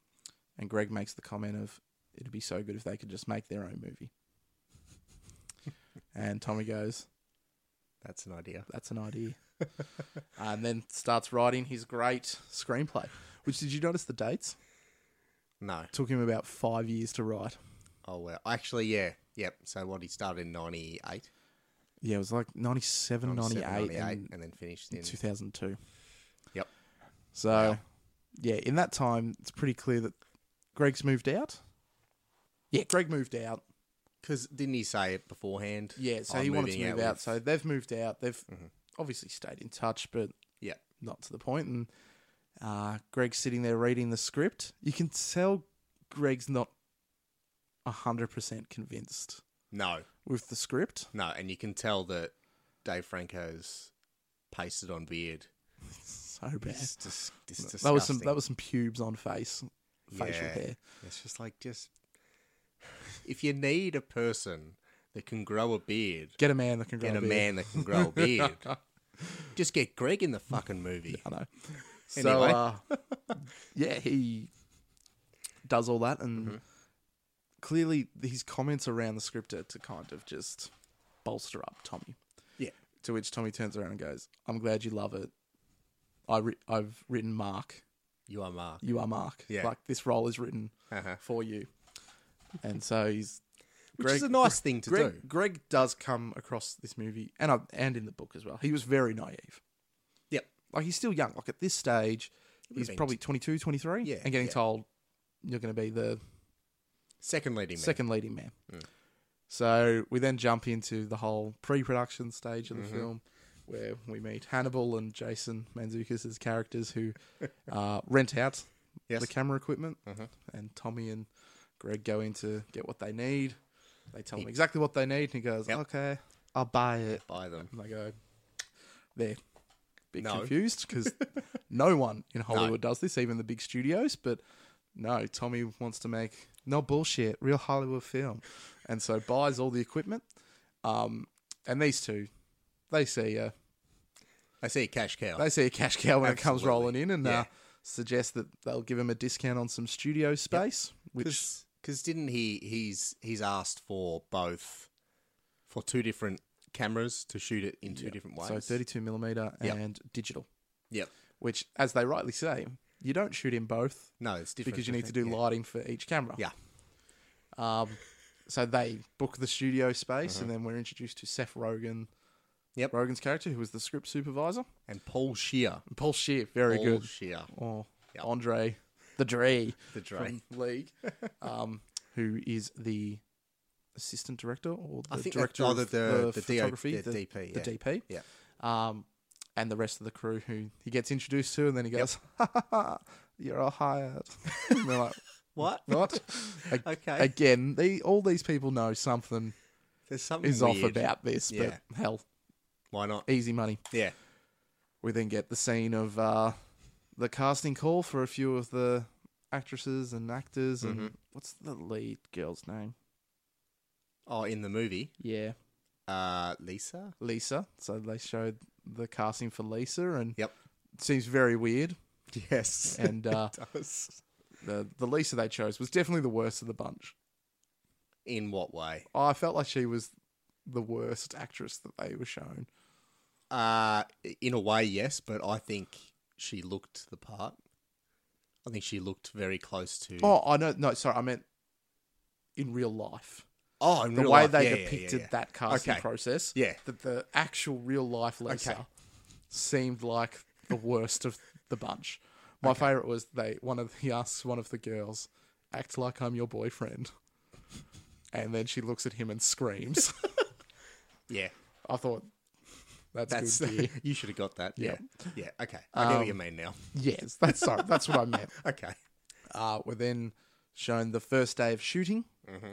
[SPEAKER 1] and Greg makes the comment of, "It'd be so good if they could just make their own movie." and Tommy goes,
[SPEAKER 2] That's an idea.
[SPEAKER 1] that's an idea. and then starts writing his great screenplay, which did you notice the dates?
[SPEAKER 2] No.
[SPEAKER 1] Took him about five years to write.
[SPEAKER 2] Oh well. Actually, yeah. Yep. So what he started in ninety eight.
[SPEAKER 1] Yeah, it was like 97, 98,
[SPEAKER 2] and,
[SPEAKER 1] and
[SPEAKER 2] then finished in
[SPEAKER 1] 2002.
[SPEAKER 2] Yep.
[SPEAKER 1] So,
[SPEAKER 2] Wow.
[SPEAKER 1] yeah, in that time, it's pretty clear that Greg's moved out. Yeah, Greg moved out.
[SPEAKER 2] because didn't he say it beforehand?
[SPEAKER 1] Yeah, so
[SPEAKER 2] I'm
[SPEAKER 1] he wanted to
[SPEAKER 2] moving
[SPEAKER 1] move out.
[SPEAKER 2] with- Mm-hmm.
[SPEAKER 1] So they've moved out. They've obviously stayed in touch, but
[SPEAKER 2] yeah.
[SPEAKER 1] not to the point. And uh, Greg's sitting there reading the script. You can tell Greg's not hundred percent convinced
[SPEAKER 2] No.
[SPEAKER 1] with the script.
[SPEAKER 2] No, and you can tell that Dave Franco's pasted on beard.
[SPEAKER 1] So bad.
[SPEAKER 2] It's dis- it's disgusting.
[SPEAKER 1] That was some that was some pubes on face, facial
[SPEAKER 2] Yeah.
[SPEAKER 1] hair.
[SPEAKER 2] It's just like just if you need a person that can grow a beard,
[SPEAKER 1] Get a man that can grow
[SPEAKER 2] get
[SPEAKER 1] a
[SPEAKER 2] a
[SPEAKER 1] beard.
[SPEAKER 2] man that can grow a beard. just get Greg in the fucking movie.
[SPEAKER 1] I know. So
[SPEAKER 2] Anyway.
[SPEAKER 1] uh, yeah, he does all that, and
[SPEAKER 2] Mm-hmm.
[SPEAKER 1] clearly his comments around the script are to kind of just bolster up Tommy.
[SPEAKER 2] Yeah.
[SPEAKER 1] To which Tommy turns around and goes, "I'm glad you love it. I ri- I've written Mark.
[SPEAKER 2] You are Mark.
[SPEAKER 1] You are Mark.
[SPEAKER 2] Yeah.
[SPEAKER 1] Like this role is written
[SPEAKER 2] Uh-huh.
[SPEAKER 1] for you." And so he's
[SPEAKER 2] Which is a nice thing to
[SPEAKER 1] Greg,
[SPEAKER 2] do.
[SPEAKER 1] Greg does come across this movie and I, and in the book as well. He was very naive.
[SPEAKER 2] Yep.
[SPEAKER 1] Like he's still young. Like at this stage,
[SPEAKER 2] would've
[SPEAKER 1] he's
[SPEAKER 2] been
[SPEAKER 1] probably 22, 23
[SPEAKER 2] Yeah,
[SPEAKER 1] and getting
[SPEAKER 2] yeah.
[SPEAKER 1] told you're going to be the
[SPEAKER 2] Second leading man. Mm.
[SPEAKER 1] second leading man. So we then jump into the whole pre-production stage of the
[SPEAKER 2] Mm-hmm.
[SPEAKER 1] film, where we meet Hannibal and Jason Manzukis as characters who uh, rent out
[SPEAKER 2] Yes. Mm-hmm.
[SPEAKER 1] the camera equipment, and Tommy and Greg go in to get what they need. They tell him exactly what they need, and he goes,
[SPEAKER 2] Yep.
[SPEAKER 1] "Okay, I'll buy it."
[SPEAKER 2] by them.
[SPEAKER 1] And they go, "They're." Bit
[SPEAKER 2] No.
[SPEAKER 1] confused because no one in Hollywood does this, even the big studios. But no, Tommy wants to make no bullshit, real Hollywood film, and so buys all the equipment. Um, and these two, they see a,
[SPEAKER 2] I see a cash cow.
[SPEAKER 1] they see a cash cow when it comes
[SPEAKER 2] Absolutely.
[SPEAKER 1] rolling in, and uh,
[SPEAKER 2] Yeah.
[SPEAKER 1] suggest that they'll give him a discount on some studio space, which
[SPEAKER 2] Because didn't he? He's he's asked for both for two different cameras to shoot it in two different ways.
[SPEAKER 1] so 32 millimeter
[SPEAKER 2] Yep.
[SPEAKER 1] and digital.
[SPEAKER 2] Yep.
[SPEAKER 1] Which, as they rightly say, you don't shoot in both
[SPEAKER 2] No, it's different
[SPEAKER 1] because you need to do
[SPEAKER 2] different-
[SPEAKER 1] lighting for each camera.
[SPEAKER 2] Yeah.
[SPEAKER 1] Um, so they book the studio space, and then we're introduced to Seth Rogen.
[SPEAKER 2] Uh-huh. Yep.
[SPEAKER 1] Rogen's character, who was the script supervisor,
[SPEAKER 2] yeah. And Paul Shear.
[SPEAKER 1] and Paul Shear, very
[SPEAKER 2] Paul
[SPEAKER 1] good.
[SPEAKER 2] Shear.
[SPEAKER 1] Or
[SPEAKER 2] Yep.
[SPEAKER 1] Andre, the Dre
[SPEAKER 2] The Dre.
[SPEAKER 1] from League, um, who is the assistant director or the
[SPEAKER 2] I think that-
[SPEAKER 1] director
[SPEAKER 2] oh,
[SPEAKER 1] of
[SPEAKER 2] the-
[SPEAKER 1] the,
[SPEAKER 2] the- the DO
[SPEAKER 1] photography,
[SPEAKER 2] the DP,
[SPEAKER 1] the
[SPEAKER 2] yeah.
[SPEAKER 1] DP,
[SPEAKER 2] Yeah.
[SPEAKER 1] um, and the rest of the crew who he gets introduced to, and then he goes, ha, ha, ha, "You're all hired." and they're like,
[SPEAKER 2] What?
[SPEAKER 1] "What?" Ag-
[SPEAKER 2] Okay.
[SPEAKER 1] Again, the, all these people know something
[SPEAKER 2] There's something
[SPEAKER 1] is off
[SPEAKER 2] weird.
[SPEAKER 1] about this,
[SPEAKER 2] Yeah.
[SPEAKER 1] but hell,
[SPEAKER 2] Why not?
[SPEAKER 1] easy money.
[SPEAKER 2] Yeah.
[SPEAKER 1] We then get the scene of uh, the casting call for a few of the actresses and actors, and
[SPEAKER 2] Mm-hmm.
[SPEAKER 1] what's the lead girl's name?
[SPEAKER 2] Oh, in the movie,
[SPEAKER 1] Yeah,
[SPEAKER 2] uh, Lisa.
[SPEAKER 1] Lisa. So they showed the casting for Lisa, and
[SPEAKER 2] Yep.
[SPEAKER 1] it seems very weird.
[SPEAKER 2] Yes.
[SPEAKER 1] And uh,
[SPEAKER 2] does.
[SPEAKER 1] the the Lisa they chose was definitely the worst of the bunch.
[SPEAKER 2] In what way?
[SPEAKER 1] I felt like she was the worst actress that they were shown.
[SPEAKER 2] Uh, in a way, yes, but I think she looked the part. I think she looked very close to.
[SPEAKER 1] Oh, I know. No, sorry, I meant in real life.
[SPEAKER 2] Oh, in
[SPEAKER 1] The
[SPEAKER 2] real
[SPEAKER 1] way
[SPEAKER 2] life.
[SPEAKER 1] they
[SPEAKER 2] Yeah, yeah, yeah,
[SPEAKER 1] depicted
[SPEAKER 2] yeah.
[SPEAKER 1] that casting
[SPEAKER 2] Okay.
[SPEAKER 1] process,
[SPEAKER 2] Yeah.
[SPEAKER 1] that the actual real life Lisa
[SPEAKER 2] Okay.
[SPEAKER 1] seemed like the worst of the bunch. My favorite was they one of he asks one of the girls, "Act like I'm your boyfriend," and then she looks at him and screams.
[SPEAKER 2] Yeah,
[SPEAKER 1] I thought that's,
[SPEAKER 2] that's
[SPEAKER 1] good. gear."
[SPEAKER 2] you should have got that. Yeah,
[SPEAKER 1] Yeah. Um,
[SPEAKER 2] yeah. Okay, I get what you mean now.
[SPEAKER 1] yes, that's sorry, that's what I meant.
[SPEAKER 2] Okay,
[SPEAKER 1] Uh, we're then shown the first day of shooting,
[SPEAKER 2] Mm-hmm.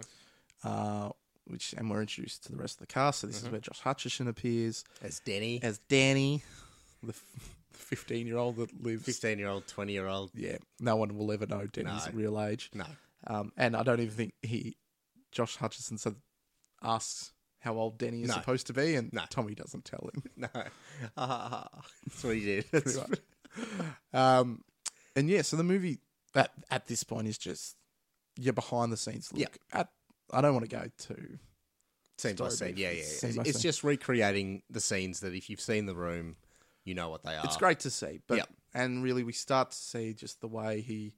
[SPEAKER 1] uh, which and we're introduced to the rest of the cast. So this
[SPEAKER 2] Mm-hmm.
[SPEAKER 1] is where Josh Hutcherson appears
[SPEAKER 2] as Denny,
[SPEAKER 1] as Danny, the fifteen-year-old that lives.
[SPEAKER 2] fifteen-year-old, twenty-year-old.
[SPEAKER 1] Yeah, no one will ever know Denny's
[SPEAKER 2] No.
[SPEAKER 1] real age.
[SPEAKER 2] No,
[SPEAKER 1] Um, and I don't even think he, Josh Hutcherson, said asks how old Denny is
[SPEAKER 2] No.
[SPEAKER 1] supposed to be, and
[SPEAKER 2] No.
[SPEAKER 1] Tommy doesn't tell him.
[SPEAKER 2] no. that's what he did. That's
[SPEAKER 1] much. Um, and yeah, so the movie at at this point is just your behind the scenes look. At I don't want to go too.
[SPEAKER 2] scene by
[SPEAKER 1] Story
[SPEAKER 2] scene.
[SPEAKER 1] beat.
[SPEAKER 2] Yeah, yeah. yeah.
[SPEAKER 1] Scene
[SPEAKER 2] it's
[SPEAKER 1] by
[SPEAKER 2] it's
[SPEAKER 1] scene.
[SPEAKER 2] just recreating the scenes that if you've seen the room, you know what they are.
[SPEAKER 1] It's great to see, but
[SPEAKER 2] Yeah.
[SPEAKER 1] and really we start to see just the way he,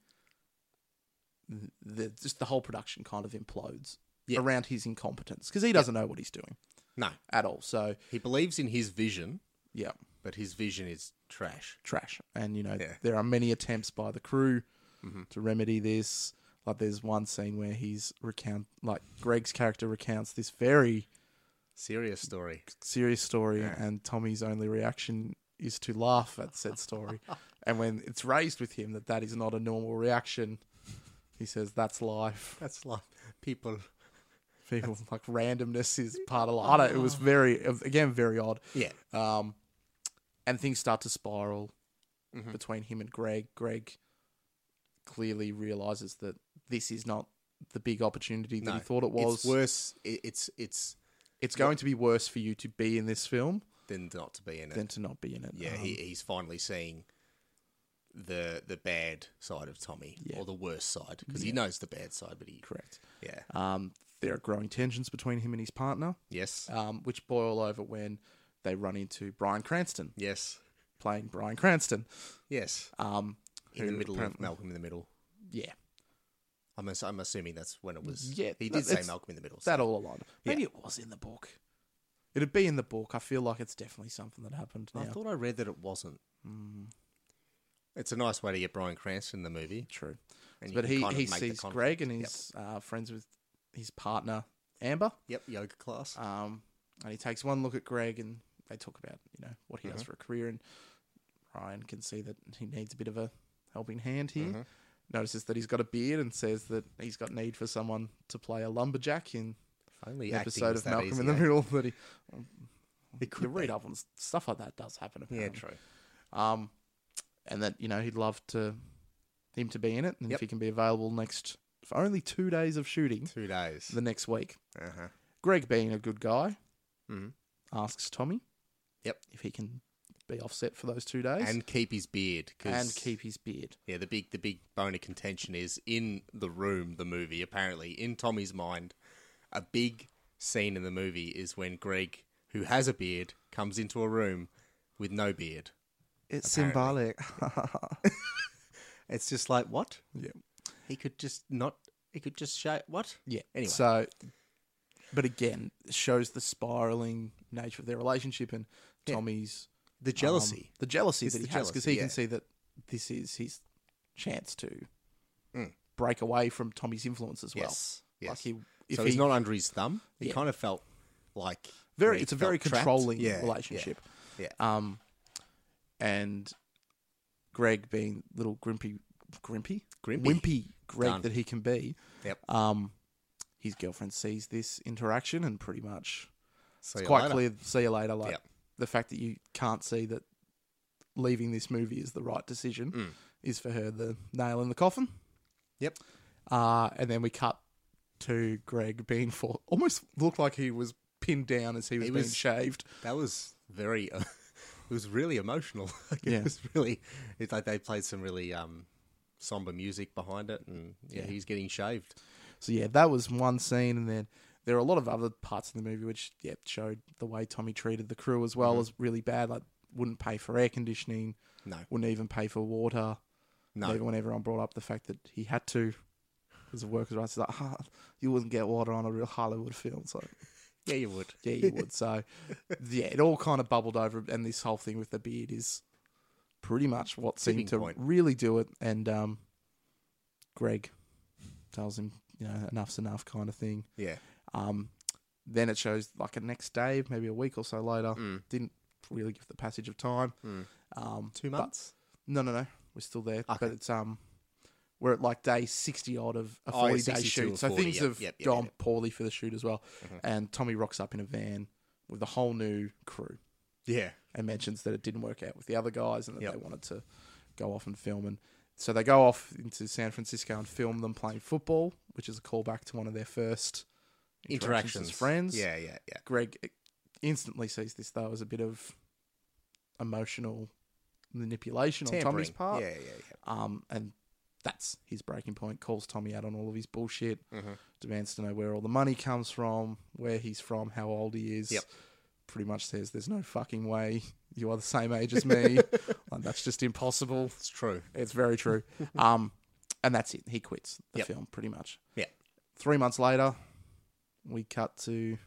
[SPEAKER 1] the just the whole production kind of implodes
[SPEAKER 2] Yeah.
[SPEAKER 1] around his incompetence because he doesn't know what he's doing
[SPEAKER 2] No,
[SPEAKER 1] at all. So
[SPEAKER 2] he believes in his vision,
[SPEAKER 1] yeah,
[SPEAKER 2] but his vision is trash.
[SPEAKER 1] trash. And you know,
[SPEAKER 2] Yeah. Mm-hmm.
[SPEAKER 1] there are many attempts by the crew to remedy this. Like there's one scene where he's recount like Greg's character recounts this very
[SPEAKER 2] Serious story.
[SPEAKER 1] serious story and Tommy's only reaction is to laugh at said story. and when it's raised with him that that is not a normal reaction, he says that's life.
[SPEAKER 2] That's like people.
[SPEAKER 1] People like randomness is part of life. I don't, it
[SPEAKER 2] Oh.
[SPEAKER 1] was very uh, again very odd.
[SPEAKER 2] Yeah,
[SPEAKER 1] Um, and things start to spiral
[SPEAKER 2] Mm-hmm.
[SPEAKER 1] between him and Greg. Greg clearly realizes that this is not the big opportunity that
[SPEAKER 2] no.
[SPEAKER 1] he thought it was.
[SPEAKER 2] It's worse. It, it's it's
[SPEAKER 1] It's going to be worse for you to be in this film
[SPEAKER 2] than not to be in it.
[SPEAKER 1] than to not be in it.
[SPEAKER 2] Yeah,
[SPEAKER 1] Um,
[SPEAKER 2] he, he's finally seeing the the bad side of Tommy, or the worst side, because he knows the bad side, but he
[SPEAKER 1] correct.
[SPEAKER 2] yeah,
[SPEAKER 1] Um, there are growing tensions between him and his partner,
[SPEAKER 2] yes,
[SPEAKER 1] um, which boil over when they run into Brian Cranston
[SPEAKER 2] yes,
[SPEAKER 1] playing Brian Cranston.
[SPEAKER 2] yes,
[SPEAKER 1] Um,
[SPEAKER 2] in the
[SPEAKER 1] who
[SPEAKER 2] middle of
[SPEAKER 1] apparently-
[SPEAKER 2] Malcolm in the Middle.
[SPEAKER 1] yeah,
[SPEAKER 2] I'm ass- I'm assuming that's when it was.
[SPEAKER 1] Yeah,
[SPEAKER 2] he
[SPEAKER 1] no,
[SPEAKER 2] did say
[SPEAKER 1] it's-
[SPEAKER 2] Malcolm in the Middle. so-
[SPEAKER 1] that all along. Maybe it was in the book. It'd be in the book. I feel like it's definitely something that happened now.
[SPEAKER 2] I thought I read that it wasn't.
[SPEAKER 1] Mm.
[SPEAKER 2] It's a nice way to get Brian Cranston in the movie,
[SPEAKER 1] True,
[SPEAKER 2] and you
[SPEAKER 1] but
[SPEAKER 2] can
[SPEAKER 1] he
[SPEAKER 2] kind of
[SPEAKER 1] he
[SPEAKER 2] make the
[SPEAKER 1] sees
[SPEAKER 2] conflict.
[SPEAKER 1] Greg and he's uh, friends with his partner Amber.
[SPEAKER 2] Yep, yoga class.
[SPEAKER 1] Um, and he takes one look at Greg and they talk about, you know, what he
[SPEAKER 2] Mm-hmm.
[SPEAKER 1] does for a career. And Ryan can see that he needs a bit of a helping hand here.
[SPEAKER 2] Mm-hmm.
[SPEAKER 1] Notices that he's got a beard and says that he's got need for someone to play a lumberjack in
[SPEAKER 2] If Only
[SPEAKER 1] the
[SPEAKER 2] acting
[SPEAKER 1] episode
[SPEAKER 2] was
[SPEAKER 1] of
[SPEAKER 2] that
[SPEAKER 1] Malcolm
[SPEAKER 2] easy,
[SPEAKER 1] in the
[SPEAKER 2] eh?
[SPEAKER 1] Middle. That he, um,
[SPEAKER 2] It
[SPEAKER 1] you
[SPEAKER 2] could
[SPEAKER 1] read
[SPEAKER 2] be.
[SPEAKER 1] up on s- stuff like that does happen.
[SPEAKER 2] Yeah,
[SPEAKER 1] Apparently.
[SPEAKER 2] true.
[SPEAKER 1] Um, and that you know he'd love to him to be in it, and
[SPEAKER 2] Yep.
[SPEAKER 1] if he can be available next for only two days of shooting
[SPEAKER 2] Two days.
[SPEAKER 1] the next week.
[SPEAKER 2] Uh huh.
[SPEAKER 1] Greg being a good guy,
[SPEAKER 2] Mhm.
[SPEAKER 1] asks Tommy
[SPEAKER 2] Yep.
[SPEAKER 1] if he can be offset for those two days
[SPEAKER 2] and keep his beard 'cause-
[SPEAKER 1] and keep his beard.
[SPEAKER 2] Yeah, the big the big bone of contention is in the room. The movie apparently in Tommy's mind, a big scene in the movie is when Greg, who has a beard, comes into a room with no beard.
[SPEAKER 3] It's
[SPEAKER 2] Apparently.
[SPEAKER 3] symbolic.
[SPEAKER 2] It's just like what
[SPEAKER 1] Yeah.
[SPEAKER 2] he could just not. He could just show what.
[SPEAKER 1] Yeah.
[SPEAKER 2] Anyway.
[SPEAKER 1] So, but again, it shows the spiraling nature of their relationship and
[SPEAKER 2] Yeah.
[SPEAKER 1] Tommy's
[SPEAKER 2] The
[SPEAKER 1] um,
[SPEAKER 2] jealousy.
[SPEAKER 1] the jealousy
[SPEAKER 2] It's
[SPEAKER 1] that he
[SPEAKER 2] the
[SPEAKER 1] has because
[SPEAKER 2] jealousy,
[SPEAKER 1] he
[SPEAKER 2] yeah.
[SPEAKER 1] can see that this is his chance to
[SPEAKER 2] Mm.
[SPEAKER 1] break away from Tommy's influence as well.
[SPEAKER 2] yes. Yes.
[SPEAKER 1] Like he, if
[SPEAKER 2] so
[SPEAKER 1] he,
[SPEAKER 2] he's not under his thumb. He
[SPEAKER 1] Yeah.
[SPEAKER 2] kind of felt like
[SPEAKER 1] very,
[SPEAKER 2] he
[SPEAKER 1] it's a
[SPEAKER 2] felt
[SPEAKER 1] very
[SPEAKER 2] trapped.
[SPEAKER 1] controlling
[SPEAKER 2] Yeah, yeah.
[SPEAKER 1] relationship.
[SPEAKER 2] Yeah.
[SPEAKER 1] Um, and Greg being little grimpy, grimpy,
[SPEAKER 2] Grimpy.
[SPEAKER 1] wimpy Greg
[SPEAKER 2] Done.
[SPEAKER 1] that he can be.
[SPEAKER 2] Yep.
[SPEAKER 1] Um, his girlfriend sees this interaction and pretty much
[SPEAKER 2] So
[SPEAKER 1] it's
[SPEAKER 2] you're
[SPEAKER 1] quite
[SPEAKER 2] later.
[SPEAKER 1] clear. See you later. Like
[SPEAKER 2] Yep.
[SPEAKER 1] the fact that you can't see that leaving this movie is the right decision
[SPEAKER 2] Mm.
[SPEAKER 1] is for her the nail in the coffin.
[SPEAKER 2] Yep.
[SPEAKER 1] Uh, and then we cut to Greg being for almost looked like he was pinned down as he was
[SPEAKER 2] He
[SPEAKER 1] being
[SPEAKER 2] was-
[SPEAKER 1] shaved.
[SPEAKER 2] That was very. Uh, it was really emotional. like
[SPEAKER 1] Yeah.
[SPEAKER 2] It was really. It's like they played some really um, somber music behind it, and yeah,
[SPEAKER 1] Yeah.
[SPEAKER 2] he's getting shaved.
[SPEAKER 1] So yeah, that was one scene, and then there are a lot of other parts of the movie which yeah showed the way Tommy treated the crew as well as really bad. Like wouldn't pay for air conditioning,
[SPEAKER 2] No,
[SPEAKER 1] wouldn't even pay for water.
[SPEAKER 2] no,
[SPEAKER 1] Even when everyone brought up the fact that he had to, because of workers' rights, he's like, ah, you wouldn't get water on a real Hollywood film. So,
[SPEAKER 2] yeah, you would.
[SPEAKER 1] yeah, you would. So, yeah, it all kind of bubbled over. And this whole thing with the beard is pretty much what
[SPEAKER 2] Tipping
[SPEAKER 1] seemed to
[SPEAKER 2] point.
[SPEAKER 1] really do it. And um, Greg tells him, you know, enough's enough kind of thing.
[SPEAKER 2] Yeah,
[SPEAKER 1] Um, then it shows like a next day, maybe a week or so later.
[SPEAKER 2] Mm.
[SPEAKER 1] Didn't really give the passage of time.
[SPEAKER 2] Mm.
[SPEAKER 1] Um,
[SPEAKER 2] two
[SPEAKER 1] but-
[SPEAKER 2] months.
[SPEAKER 1] no, no, no. We're still there,
[SPEAKER 2] Okay.
[SPEAKER 1] but it's um, we're at like day sixty odd of a
[SPEAKER 2] Oh, yeah,
[SPEAKER 1] forty day
[SPEAKER 2] 62 or
[SPEAKER 1] shoot, so
[SPEAKER 2] 40,
[SPEAKER 1] things
[SPEAKER 2] yep,
[SPEAKER 1] have
[SPEAKER 2] yep, yep,
[SPEAKER 1] gone
[SPEAKER 2] yep. Mm-hmm.
[SPEAKER 1] poorly for the shoot as well. And Tommy rocks up in a van with a whole new crew
[SPEAKER 2] yeah,
[SPEAKER 1] and mentions that it didn't work out with the other guys and that
[SPEAKER 2] Yep.
[SPEAKER 1] they wanted to go off and film. And so they go off into San Francisco and film them playing football, which is a callback to one of their first interactions,
[SPEAKER 2] interactions,
[SPEAKER 1] as friends.
[SPEAKER 2] Yeah, yeah, yeah.
[SPEAKER 1] Greg instantly sees this though as a bit of emotional manipulation on Tommy's
[SPEAKER 2] Tampering.
[SPEAKER 1] part.
[SPEAKER 2] Yeah, yeah, yeah.
[SPEAKER 1] Um, and that's his breaking point. Calls Tommy out on all of his bullshit.
[SPEAKER 2] Mhm.
[SPEAKER 1] Demands to know where all the money comes from, where he's from, how old he is.
[SPEAKER 2] Yep.
[SPEAKER 1] Pretty much says, "There's no fucking way you are the same age as me. like, that's just impossible."
[SPEAKER 2] It's true.
[SPEAKER 1] It's very true. um, and that's it. He quits the
[SPEAKER 2] Yep.
[SPEAKER 1] film pretty much.
[SPEAKER 2] Yeah.
[SPEAKER 1] Three months later, we cut to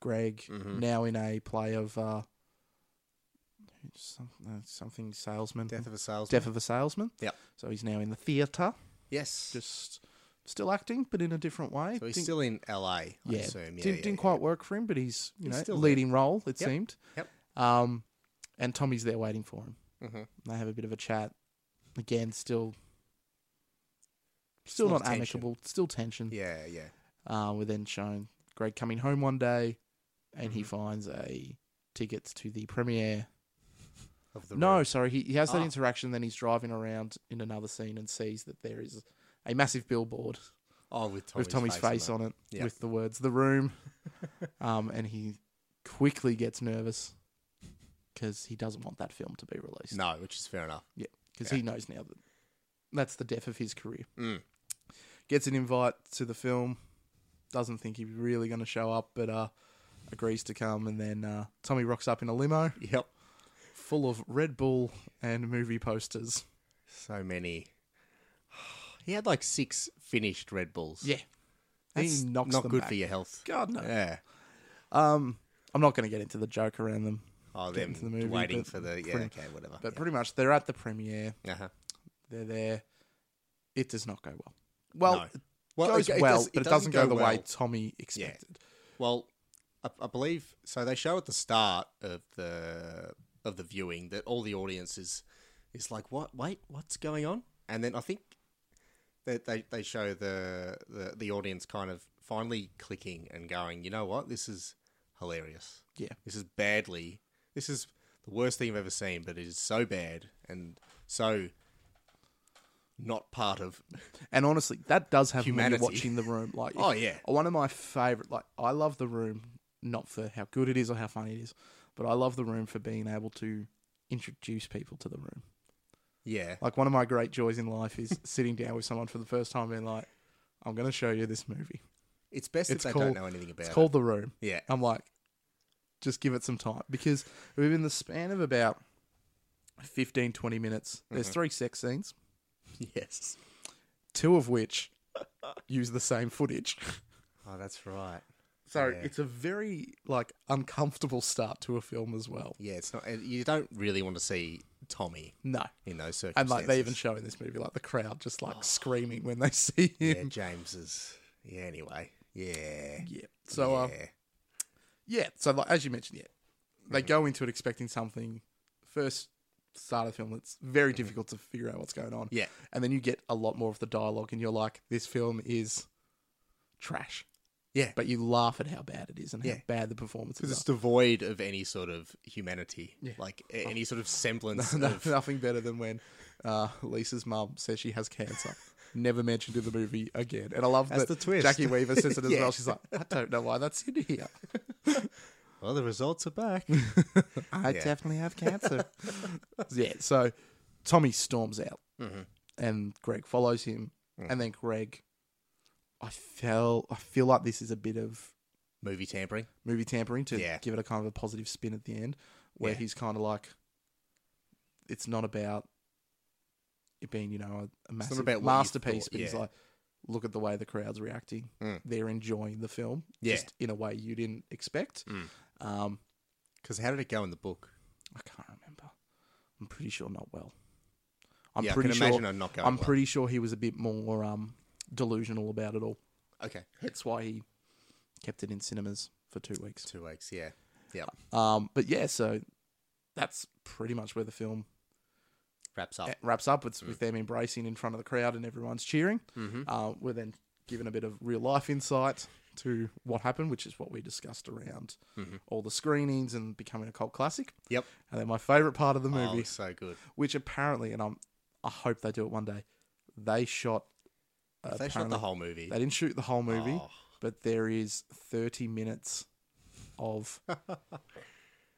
[SPEAKER 1] Greg
[SPEAKER 2] Mhm.
[SPEAKER 1] now in a play of uh, some, uh, something salesman.
[SPEAKER 2] Death of a salesman.
[SPEAKER 1] Death of a Salesman.
[SPEAKER 2] Yep.
[SPEAKER 1] So he's now in the theatre,
[SPEAKER 2] yes.
[SPEAKER 1] just still acting, but in a different way.
[SPEAKER 2] so he's
[SPEAKER 1] Didn't-
[SPEAKER 2] still in L.A. I
[SPEAKER 1] yeah,
[SPEAKER 2] assume. Yeah,
[SPEAKER 1] didn't,
[SPEAKER 2] yeah,
[SPEAKER 1] didn't
[SPEAKER 2] yeah.
[SPEAKER 1] quite work for him, but he's you
[SPEAKER 2] He's
[SPEAKER 1] know
[SPEAKER 2] still there.
[SPEAKER 1] leading role. It
[SPEAKER 2] Yep.
[SPEAKER 1] seemed.
[SPEAKER 2] Yep.
[SPEAKER 1] Um, and Tommy's there waiting for him.
[SPEAKER 2] Mhm.
[SPEAKER 1] They have a bit of a chat. Again, still, still
[SPEAKER 2] lot
[SPEAKER 1] not
[SPEAKER 2] of tension.
[SPEAKER 1] amicable. Still tension.
[SPEAKER 2] Yeah, yeah.
[SPEAKER 1] Uh, we're then shown Greg coming home one day, and he
[SPEAKER 2] Mm-hmm.
[SPEAKER 1] finds a tickets to the premiere
[SPEAKER 2] Of the
[SPEAKER 1] no,
[SPEAKER 2] room.
[SPEAKER 1] sorry. He, he has that
[SPEAKER 2] Ah.
[SPEAKER 1] interaction, then he's driving around in another scene and sees that there is a massive billboard
[SPEAKER 2] Oh, with Tommy's,
[SPEAKER 1] with Tommy's face on it
[SPEAKER 2] Yeah.
[SPEAKER 1] with the words "The Room," um, and he quickly gets nervous because he doesn't want that film to be released.
[SPEAKER 2] No, which is fair enough.
[SPEAKER 1] because
[SPEAKER 2] yeah.
[SPEAKER 1] he knows now that that's the death of his career.
[SPEAKER 2] Mm.
[SPEAKER 1] Gets an invite to the film, doesn't think he's really going to show up, but uh, agrees to come. And then uh, Tommy rocks up in a limo
[SPEAKER 2] Yep.
[SPEAKER 1] full of Red Bull and movie posters.
[SPEAKER 2] So many. He had like six finished Red Bulls.
[SPEAKER 1] Yeah.
[SPEAKER 2] That's
[SPEAKER 1] he knocks
[SPEAKER 2] not
[SPEAKER 1] them
[SPEAKER 2] good
[SPEAKER 1] back.
[SPEAKER 2] for your health.
[SPEAKER 1] God no.
[SPEAKER 2] Yeah.
[SPEAKER 1] Um, I'm not going to get into the joke around them,
[SPEAKER 2] Oh,
[SPEAKER 1] Get
[SPEAKER 2] them
[SPEAKER 1] into the movie,
[SPEAKER 2] waiting
[SPEAKER 1] but
[SPEAKER 2] for the yeah.
[SPEAKER 1] pretty-
[SPEAKER 2] okay, whatever.
[SPEAKER 1] but pretty much they're at the premiere.
[SPEAKER 2] yeah. uh-huh.
[SPEAKER 1] They're there. It does not go well. Well,
[SPEAKER 2] No.
[SPEAKER 1] it
[SPEAKER 2] well,
[SPEAKER 1] goes well, but it doesn't, go, the
[SPEAKER 2] well.
[SPEAKER 1] way Tommy expected.
[SPEAKER 2] Well, I, I believe so. They show at the start of the of the viewing that all the audience is is like, "What? Wait, what's going on?" And then I think that they, they show the, the the audience kind of finally clicking and going, "You know what? This is hilarious.
[SPEAKER 1] Yeah.
[SPEAKER 2] this is badly. This is the worst thing I've ever seen, but it is so bad and so." Not part of
[SPEAKER 1] And honestly, that does happen
[SPEAKER 2] Humanity.
[SPEAKER 1] when you're watching The Room. Like,
[SPEAKER 2] Oh, yeah.
[SPEAKER 1] one of my favorite. Like, I love The Room not for how good it is or how funny it is, but I love the room for being able to introduce people to the room.
[SPEAKER 2] Yeah.
[SPEAKER 1] Like one of my great joys in life is sitting down with someone for the first time and like, I'm going to show you this movie.
[SPEAKER 2] It's best
[SPEAKER 1] It's
[SPEAKER 2] if they
[SPEAKER 1] called-
[SPEAKER 2] don't know anything about
[SPEAKER 1] It's
[SPEAKER 2] it.
[SPEAKER 1] called The Room.
[SPEAKER 2] yeah.
[SPEAKER 1] I'm like, just give it some time because within the span of about 15, 20 minutes, there's
[SPEAKER 2] Mm-hmm.
[SPEAKER 1] three sex scenes,
[SPEAKER 2] Yes.
[SPEAKER 1] two of which use the same footage.
[SPEAKER 2] Oh, that's right.
[SPEAKER 1] So
[SPEAKER 2] Yeah.
[SPEAKER 1] it's a very like uncomfortable start to a film as well.
[SPEAKER 2] Yeah, it's not. and You don't really want to see Tommy
[SPEAKER 1] No.
[SPEAKER 2] in those
[SPEAKER 1] And
[SPEAKER 2] circumstances.
[SPEAKER 1] like they even show in this movie, like the crowd just like screaming when they see
[SPEAKER 2] Oh. yeah,
[SPEAKER 1] him.
[SPEAKER 2] James is. Yeah. Anyway. Yeah.
[SPEAKER 1] Yeah. So um,
[SPEAKER 2] yeah.
[SPEAKER 1] yeah, so like, as you mentioned, yeah,
[SPEAKER 2] Mm-hmm.
[SPEAKER 1] they go into it expecting something. First start of the film, it's very difficult to figure out what's going on.
[SPEAKER 2] Mm-hmm. Yeah.
[SPEAKER 1] and then you get a lot more of the dialogue, and you're like, this film is trash.
[SPEAKER 2] Yeah.
[SPEAKER 1] But you laugh at how bad it is and how
[SPEAKER 2] Yeah.
[SPEAKER 1] bad the performances
[SPEAKER 2] Because it's
[SPEAKER 1] are.
[SPEAKER 2] devoid of any sort of humanity,
[SPEAKER 1] Yeah.
[SPEAKER 2] like a- any sort of semblance
[SPEAKER 1] No-
[SPEAKER 2] of.
[SPEAKER 1] nothing better than when uh, Lisa's mum says she has cancer. Never mentioned in the movie again. And I love
[SPEAKER 2] That's
[SPEAKER 1] that
[SPEAKER 2] the twist.
[SPEAKER 1] Jackie Weaver says it as
[SPEAKER 2] Yeah.
[SPEAKER 1] well. She's like, I don't know why that's in here.
[SPEAKER 2] Well, the results are back.
[SPEAKER 1] I
[SPEAKER 2] Yeah.
[SPEAKER 1] definitely have cancer. yeah, so Tommy storms out
[SPEAKER 2] Mm-hmm.
[SPEAKER 1] and Greg follows him.
[SPEAKER 2] Mm.
[SPEAKER 1] And then Greg, I feel, I feel like this is a bit of
[SPEAKER 2] Movie tampering.
[SPEAKER 1] movie tampering to
[SPEAKER 2] Yeah.
[SPEAKER 1] give it a kind of a positive spin at the end where
[SPEAKER 2] Yeah.
[SPEAKER 1] he's kind of like, it's not about it being, you know, a, a massive
[SPEAKER 2] about what you
[SPEAKER 1] masterpiece,
[SPEAKER 2] thought,
[SPEAKER 1] but he's
[SPEAKER 2] yeah.
[SPEAKER 1] like, look at the way the crowd's reacting.
[SPEAKER 2] Mm.
[SPEAKER 1] They're enjoying the film
[SPEAKER 2] Yeah. Mm.
[SPEAKER 1] just in a way you didn't expect. Um,
[SPEAKER 2] Because how did it go in the book?
[SPEAKER 1] I can't remember. I'm pretty sure not well. I'm
[SPEAKER 2] yeah,
[SPEAKER 1] pretty
[SPEAKER 2] I can
[SPEAKER 1] sure.
[SPEAKER 2] imagine I'm not going.
[SPEAKER 1] I'm
[SPEAKER 2] well.
[SPEAKER 1] pretty sure he was a bit more um, delusional about it all.
[SPEAKER 2] okay.
[SPEAKER 1] That's why he kept it in cinemas for two weeks.
[SPEAKER 2] Two weeks. Yeah. Yeah.
[SPEAKER 1] Um, but yeah, so that's pretty much where the film
[SPEAKER 2] Wraps up.
[SPEAKER 1] e- wraps up.
[SPEAKER 2] Mm.
[SPEAKER 1] It's with them embracing in front of the crowd and everyone's cheering.
[SPEAKER 2] Mm-hmm.
[SPEAKER 1] Uh, we're then given a bit of real life insight to what happened, which is what we discussed around
[SPEAKER 2] Mm-hmm.
[SPEAKER 1] all the screenings and becoming a cult classic.
[SPEAKER 2] Yep.
[SPEAKER 1] And then my favorite part of the
[SPEAKER 2] Oh,
[SPEAKER 1] movie
[SPEAKER 2] it's so good.
[SPEAKER 1] which apparently, and I'm, I hope they do it one day. They shot. Uh,
[SPEAKER 2] They shot the
[SPEAKER 1] apparently-
[SPEAKER 2] whole movie.
[SPEAKER 1] They didn't shoot the whole movie,
[SPEAKER 2] Oh.
[SPEAKER 1] but there is 30 minutes of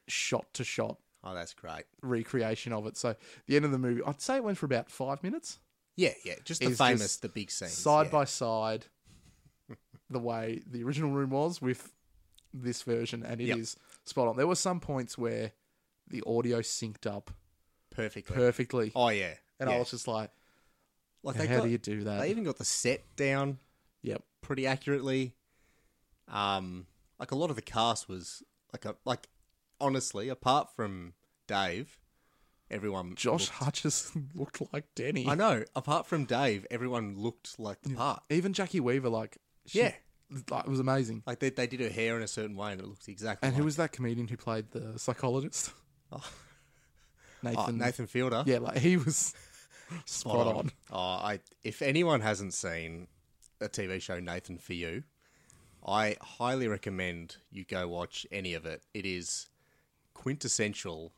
[SPEAKER 1] shot to shot
[SPEAKER 2] Oh, that's great.
[SPEAKER 1] recreation of it. So the end of the movie, I'd say it went for about five minutes,
[SPEAKER 2] Yeah, yeah. Just the
[SPEAKER 1] It's
[SPEAKER 2] famous,
[SPEAKER 1] just
[SPEAKER 2] the big scenes.
[SPEAKER 1] side
[SPEAKER 2] yeah.
[SPEAKER 1] by side, the way the original room was with this version, and it is
[SPEAKER 2] Yep.
[SPEAKER 1] spot on. There were some points where the audio synced up
[SPEAKER 2] perfectly.
[SPEAKER 1] perfectly,
[SPEAKER 2] oh yeah.
[SPEAKER 1] and I
[SPEAKER 2] yeah.
[SPEAKER 1] was just like,
[SPEAKER 2] like
[SPEAKER 1] "How
[SPEAKER 2] they, got,
[SPEAKER 1] do you do that?"
[SPEAKER 2] they even got the set down
[SPEAKER 1] yep.
[SPEAKER 2] pretty accurately. Um, like a lot of the cast was like a like honestly, apart from Dave, everyone
[SPEAKER 1] Josh Hutcherson looked like Denny.
[SPEAKER 2] I know. Apart from Dave, everyone looked like the part.
[SPEAKER 1] Even Jackie Weaver, like, she,
[SPEAKER 2] Yeah.
[SPEAKER 1] like, it was amazing.
[SPEAKER 2] Like they, they did her hair in a certain way, and it looked exactly.
[SPEAKER 1] And
[SPEAKER 2] like
[SPEAKER 1] who was that comedian who played the psychologist?
[SPEAKER 2] oh,
[SPEAKER 1] Nathan.
[SPEAKER 2] Nathan Fielder?
[SPEAKER 1] Yeah, like he was spot on.
[SPEAKER 2] Oh, I if anyone hasn't seen a TV show Nathan for You, I highly recommend you go watch any of it. It is quintessential.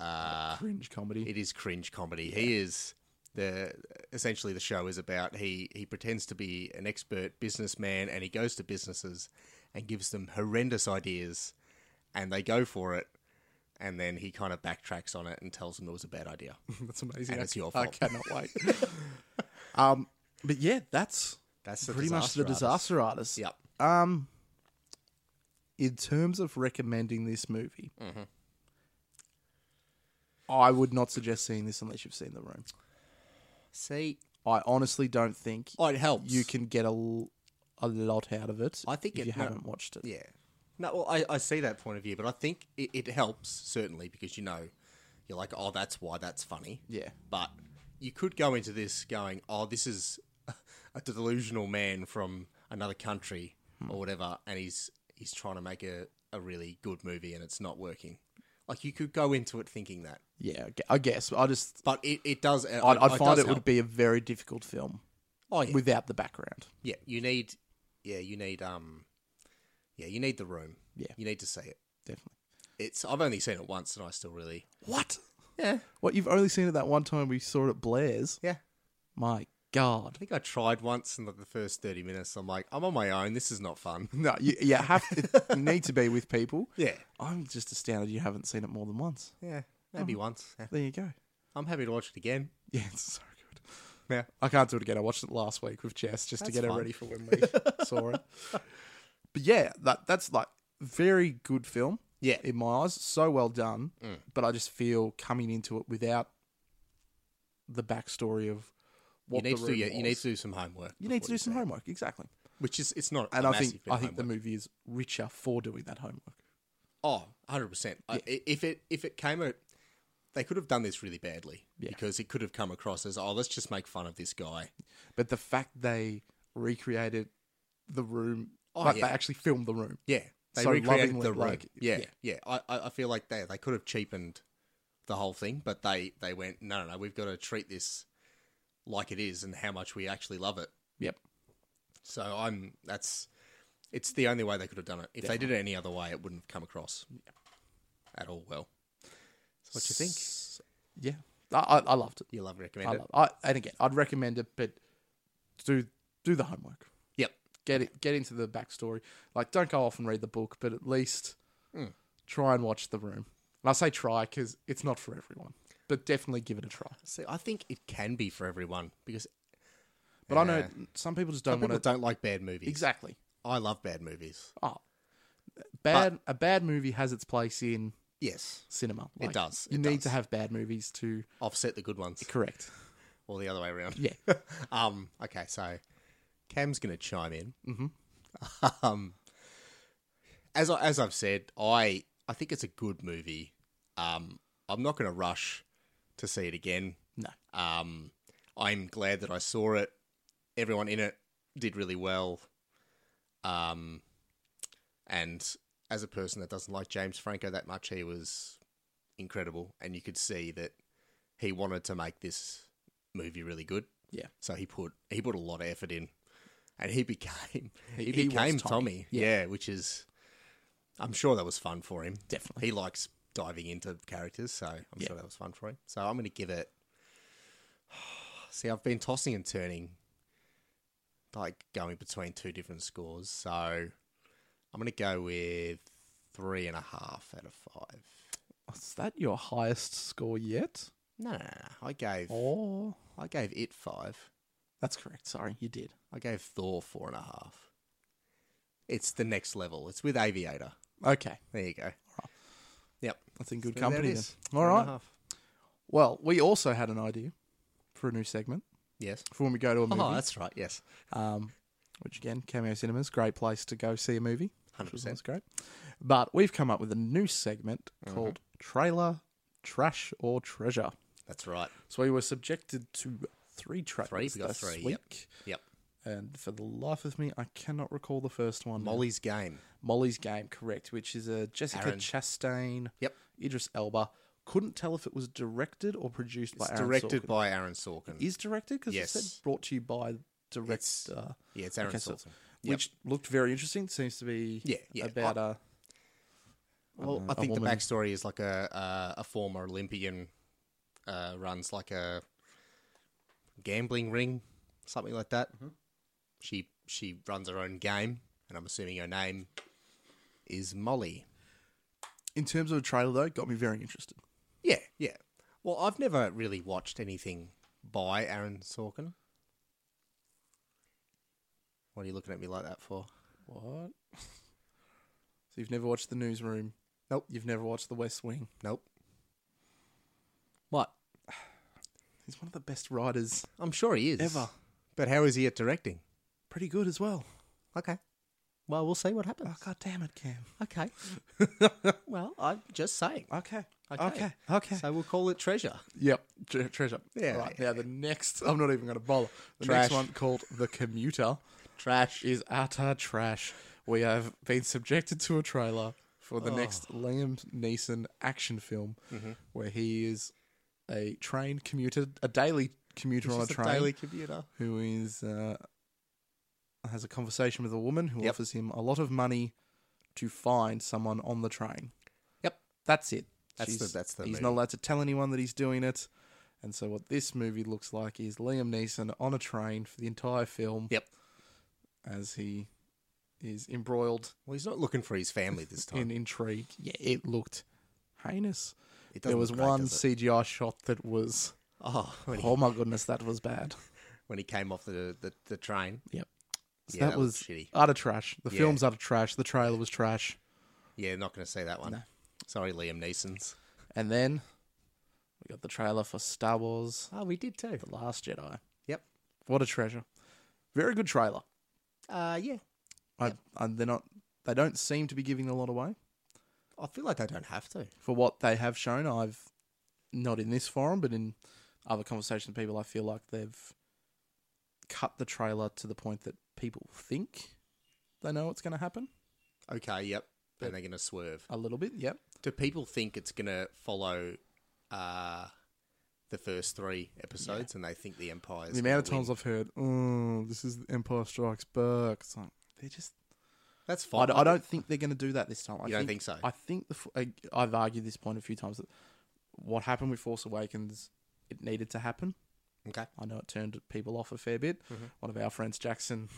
[SPEAKER 2] Uh,
[SPEAKER 1] Cringe comedy.
[SPEAKER 2] it is cringe comedy. He is the essentially the show is about he he pretends to be an expert businessman and he goes to businesses and gives them horrendous ideas and they go for it and then he kind of backtracks on it and tells them it was a bad idea.
[SPEAKER 1] that's amazing.
[SPEAKER 2] and
[SPEAKER 1] I-
[SPEAKER 2] it's your
[SPEAKER 1] I
[SPEAKER 2] fault.
[SPEAKER 1] cannot wait. um, but yeah, that's
[SPEAKER 2] That's the
[SPEAKER 1] pretty much the
[SPEAKER 2] disaster. artist.
[SPEAKER 1] disaster artist.
[SPEAKER 2] Yep.
[SPEAKER 1] Um, in terms of recommending this movie,
[SPEAKER 2] Mm-hmm.
[SPEAKER 1] I would not suggest seeing this unless you've seen The Room.
[SPEAKER 2] See,
[SPEAKER 1] I honestly don't think
[SPEAKER 2] oh, it helps.
[SPEAKER 1] you can get a, l- a lot out of it.
[SPEAKER 2] I think
[SPEAKER 1] if
[SPEAKER 2] it-
[SPEAKER 1] you
[SPEAKER 2] no.
[SPEAKER 1] haven't watched it,
[SPEAKER 2] yeah. No, well, I, I see that point of view, but I think it, it helps certainly because you know, you're like, oh, that's why that's funny.
[SPEAKER 1] Yeah.
[SPEAKER 2] But you could go into this going, oh, this is a delusional man from another country
[SPEAKER 1] Hmm.
[SPEAKER 2] or whatever, and he's he's trying to make a, a really good movie and it's not working. Like you could go into it thinking that,
[SPEAKER 1] yeah, I gu- I guess. I just,
[SPEAKER 2] but it, it does. I,
[SPEAKER 1] I'd, I'd find it would be a very difficult film
[SPEAKER 2] Oh yeah,
[SPEAKER 1] without the background.
[SPEAKER 2] yeah. You need, yeah, you need, um, yeah, you need the room.
[SPEAKER 1] Yeah.
[SPEAKER 2] you need to see it.
[SPEAKER 1] Definitely.
[SPEAKER 2] It's I've only seen it once, and I still really
[SPEAKER 1] What?
[SPEAKER 2] yeah
[SPEAKER 1] What? You've only seen it that one time we saw it at Blair's.
[SPEAKER 2] yeah
[SPEAKER 1] My god.
[SPEAKER 2] I think I tried once in like the first 30 minutes. I'm like, I'm on my own. This is not fun.
[SPEAKER 1] No, you, you have to, you need to be with people.
[SPEAKER 2] Yeah.
[SPEAKER 1] I'm just astounded you haven't seen it more than once.
[SPEAKER 2] Yeah. Maybe once. Yeah.
[SPEAKER 1] There you go.
[SPEAKER 2] I'm happy to watch it again.
[SPEAKER 1] Yeah, it's so good.
[SPEAKER 2] Yeah.
[SPEAKER 1] I can't do it again. I watched it last week with Jess just to
[SPEAKER 2] That's
[SPEAKER 1] get her
[SPEAKER 2] fine.
[SPEAKER 1] ready for when we saw it. But yeah, that that's like very good film
[SPEAKER 2] Yeah. Mm.
[SPEAKER 1] in my eyes. So well done. But I just feel coming into it without the backstory of
[SPEAKER 2] you
[SPEAKER 1] what
[SPEAKER 2] need
[SPEAKER 1] the
[SPEAKER 2] to do
[SPEAKER 1] room
[SPEAKER 2] your, you need
[SPEAKER 1] was.
[SPEAKER 2] to do some homework.
[SPEAKER 1] You need
[SPEAKER 2] before
[SPEAKER 1] to do some
[SPEAKER 2] say-
[SPEAKER 1] homework, exactly.
[SPEAKER 2] Which is it's not
[SPEAKER 1] And
[SPEAKER 2] a
[SPEAKER 1] I think
[SPEAKER 2] massive bit
[SPEAKER 1] I
[SPEAKER 2] of
[SPEAKER 1] think the
[SPEAKER 2] homework.
[SPEAKER 1] movie is richer for doing that homework.
[SPEAKER 2] Oh, 100%. I- i- if it if it came out they could have done this really badly because it could have come across as oh, let's just make fun of this guy.
[SPEAKER 1] But the fact they recreated the room,
[SPEAKER 2] Oh,
[SPEAKER 1] like
[SPEAKER 2] yeah.
[SPEAKER 1] they actually filmed the room.
[SPEAKER 2] Yeah, they
[SPEAKER 1] So
[SPEAKER 2] recreated
[SPEAKER 1] lovingly,
[SPEAKER 2] the room.
[SPEAKER 1] like,
[SPEAKER 2] yeah,
[SPEAKER 1] yeah.
[SPEAKER 2] yeah. I, I I feel like they they could have cheapened the whole thing, but they they went no, no, no. We've got to treat this like it is and how much we actually love it.
[SPEAKER 1] Yep.
[SPEAKER 2] So I'm that's it's the only way they could have done it. If they did it any other way, it wouldn't have come across at all well. So what do you think?
[SPEAKER 1] S- Yeah, I, I, I loved it.
[SPEAKER 2] You love recommend
[SPEAKER 1] I
[SPEAKER 2] it?
[SPEAKER 1] love. I, and again, I'd recommend it, but do do the homework.
[SPEAKER 2] Yep.
[SPEAKER 1] Get it. Get into the backstory. Like, don't go off and read the book, but at least
[SPEAKER 2] Hmm.
[SPEAKER 1] try and watch the room. And I say try because it's not for everyone, but definitely give it a try.
[SPEAKER 2] So I think it can be for everyone because
[SPEAKER 1] But I know
[SPEAKER 2] Yeah.
[SPEAKER 1] some people just don't
[SPEAKER 2] people
[SPEAKER 1] want to.
[SPEAKER 2] don't like bad movies.
[SPEAKER 1] Exactly.
[SPEAKER 2] I love bad movies.
[SPEAKER 1] Oh, bad. a bad movie has its place in
[SPEAKER 2] Yes,
[SPEAKER 1] cinema. Like,
[SPEAKER 2] does,
[SPEAKER 1] You
[SPEAKER 2] it
[SPEAKER 1] need to
[SPEAKER 2] does.
[SPEAKER 1] have bad movies to
[SPEAKER 2] offset the good ones
[SPEAKER 1] correct.
[SPEAKER 2] or the other way around.
[SPEAKER 1] Yeah.
[SPEAKER 2] um, okay, so Cam's going to chime in. Mm-hmm. um, as I, as I've said, I I think it's a good movie. Um, I'm not going to rush to see it again.
[SPEAKER 1] No.
[SPEAKER 2] Um, I'm glad that I saw it. Everyone in it did really well. Um, and as a person that doesn't like James Franco that much, he was incredible, and you could see that he wanted to make this movie really good.
[SPEAKER 1] Yeah.
[SPEAKER 2] So he put he put a lot of effort in, and he became he,
[SPEAKER 1] he was
[SPEAKER 2] became Tommy.
[SPEAKER 1] Tommy.
[SPEAKER 2] Yeah. which is I'm sure that was fun for him.
[SPEAKER 1] Definitely.
[SPEAKER 2] He likes diving into characters, so I'm sure that was fun for him. So I'm going to give it. See, I've been tossing and turning, like going between two different scores. So I'm going to go with three and a half out of five.
[SPEAKER 1] Is that your highest score yet?
[SPEAKER 2] No, no, no, no. I gave
[SPEAKER 1] Oh,
[SPEAKER 2] I gave it five.
[SPEAKER 1] that's correct. Sorry, you did.
[SPEAKER 2] I gave Thor four and a half. It's the next level. It's with Aviator.
[SPEAKER 1] Okay,
[SPEAKER 2] There you go. Yep.
[SPEAKER 1] that's in good
[SPEAKER 2] So there it
[SPEAKER 1] company. Then.
[SPEAKER 2] is.
[SPEAKER 1] All
[SPEAKER 2] Four and a
[SPEAKER 1] right.
[SPEAKER 2] half.
[SPEAKER 1] Well, we also had an idea for a new segment
[SPEAKER 2] Yes.
[SPEAKER 1] for when we go to a movie.
[SPEAKER 2] Oh, that's right. Yes.
[SPEAKER 1] um, which again, Cameo Cinemas, great place to go see a movie.
[SPEAKER 2] 100%.
[SPEAKER 1] That's great. But we've come up with a new segment called Trailer, Trash, or Treasure.
[SPEAKER 2] That's right.
[SPEAKER 1] So we were subjected to three trailers
[SPEAKER 2] Three. We got
[SPEAKER 1] this
[SPEAKER 2] three. Yep.
[SPEAKER 1] week,
[SPEAKER 2] Yep.
[SPEAKER 1] and for the life of me, I cannot recall the first one.
[SPEAKER 2] Molly's game.
[SPEAKER 1] Molly's Game, correct, which is a Jessica
[SPEAKER 2] Aaron.
[SPEAKER 1] Chastain,
[SPEAKER 2] Yep.
[SPEAKER 1] Idris Elba. Couldn't tell if it was directed or produced by
[SPEAKER 2] It's
[SPEAKER 1] Aaron
[SPEAKER 2] directed
[SPEAKER 1] Sorkin.
[SPEAKER 2] by Aaron Sorkin.
[SPEAKER 1] is directed because it
[SPEAKER 2] Yes.
[SPEAKER 1] said brought to you by director,
[SPEAKER 2] yeah, it's Aaron
[SPEAKER 1] Okay, so-
[SPEAKER 2] Sorkin. Yep.
[SPEAKER 1] which looked very interesting. Seems to be
[SPEAKER 2] Yeah, yeah.
[SPEAKER 1] about uh, a
[SPEAKER 2] Well,
[SPEAKER 1] know,
[SPEAKER 2] I
[SPEAKER 1] Uh, a
[SPEAKER 2] think the
[SPEAKER 1] woman-
[SPEAKER 2] backstory is like a a, a former Olympian uh, runs like a gambling ring, something like that. She she runs her own game, and I'm assuming her name is Molly.
[SPEAKER 1] in terms of a trailer though, got me very interested.
[SPEAKER 2] Yeah, yeah. Well, I've never really watched anything by Aaron Sorkin. What are you looking at me like that for?
[SPEAKER 1] What? so you've never watched The Newsroom?
[SPEAKER 2] Nope.
[SPEAKER 1] You've never watched The West Wing?
[SPEAKER 2] Nope.
[SPEAKER 1] What? He's one of the best writers
[SPEAKER 2] I'm sure he is
[SPEAKER 1] ever.
[SPEAKER 2] But how is he at directing?
[SPEAKER 1] Pretty good as well.
[SPEAKER 2] Okay. Well, we'll see what happens.
[SPEAKER 1] Oh god damn it, Cam.
[SPEAKER 2] Okay. well, I'm just saying.
[SPEAKER 1] Okay.
[SPEAKER 2] Okay.
[SPEAKER 1] Okay. Okay.
[SPEAKER 2] So we'll call it treasure.
[SPEAKER 1] Yep, tre- treasure.
[SPEAKER 2] Yeah,
[SPEAKER 1] Right
[SPEAKER 2] yeah.
[SPEAKER 1] now, the next I'm not even going to bother. The
[SPEAKER 2] Trash.
[SPEAKER 1] next one called the commuter
[SPEAKER 2] Trash.
[SPEAKER 1] is utter trash. We have been subjected to a trailer for
[SPEAKER 2] Oh.
[SPEAKER 1] the next Liam Neeson action film,
[SPEAKER 2] Mm-hmm.
[SPEAKER 1] where he is a train commuter, a daily commuter on a train,
[SPEAKER 2] daily computer.
[SPEAKER 1] who is uh, has a conversation with a woman who
[SPEAKER 2] Yep.
[SPEAKER 1] offers him a lot of money to find someone on the train.
[SPEAKER 2] Yep.
[SPEAKER 1] That's it.
[SPEAKER 2] That's the-
[SPEAKER 1] She's-
[SPEAKER 2] that's the
[SPEAKER 1] He's
[SPEAKER 2] movie.
[SPEAKER 1] not allowed to tell anyone that he's doing it, And so what this movie looks like is Liam Neeson on a train for the entire film
[SPEAKER 2] Yep.
[SPEAKER 1] as he is embroiled
[SPEAKER 2] Well, he's not looking for his family this time.
[SPEAKER 1] in intrigue. Yeah, it looked heinous.
[SPEAKER 2] it
[SPEAKER 1] There
[SPEAKER 2] doesn't
[SPEAKER 1] was
[SPEAKER 2] look great,
[SPEAKER 1] one
[SPEAKER 2] does it?
[SPEAKER 1] CGI shot that was
[SPEAKER 2] Oh, when he,
[SPEAKER 1] oh my goodness, that was bad.
[SPEAKER 2] when he came off the, the, the train.
[SPEAKER 1] Yep. So
[SPEAKER 2] Yeah,
[SPEAKER 1] that,
[SPEAKER 2] that
[SPEAKER 1] was
[SPEAKER 2] looked shitty.
[SPEAKER 1] utter trash. The
[SPEAKER 2] Yeah.
[SPEAKER 1] film's utter trash. The trailer was trash.
[SPEAKER 2] Yeah, not going to say that one.
[SPEAKER 1] No.
[SPEAKER 2] Sorry, Liam Neeson's.
[SPEAKER 1] And then we got the trailer for Star Wars
[SPEAKER 2] Oh, we did too.
[SPEAKER 1] The Last Jedi.
[SPEAKER 2] Yep.
[SPEAKER 1] What a treasure. Very good trailer.
[SPEAKER 2] Uh, yeah.
[SPEAKER 1] I, I, they're not. They don't seem to be giving a lot away
[SPEAKER 2] I feel like they don't have to.
[SPEAKER 1] for what they have shown. I've not in this forum, but in other conversations with people, I feel like they've cut the trailer to the point that people think they know what's going to happen
[SPEAKER 2] Okay, yep. And they're going to swerve.
[SPEAKER 1] a little bit. Yep.
[SPEAKER 2] Do people think it's going to follow uh, the first three episodes and they think the Empire's
[SPEAKER 1] the amount of
[SPEAKER 2] gonna win?
[SPEAKER 1] times I've heard, "Oh, this is Empire Strikes Back," it's like they're just.
[SPEAKER 2] That's fine.
[SPEAKER 1] I, d- I don't think they're going to do that this time. I
[SPEAKER 2] You don't think so?
[SPEAKER 1] I think the. f- I, I've argued this point a few times that what happened with Force Awakens, it needed to happen.
[SPEAKER 2] Okay.
[SPEAKER 1] I know it turned people off a fair bit.
[SPEAKER 2] Mm-hmm.
[SPEAKER 1] One of our friends, Jackson,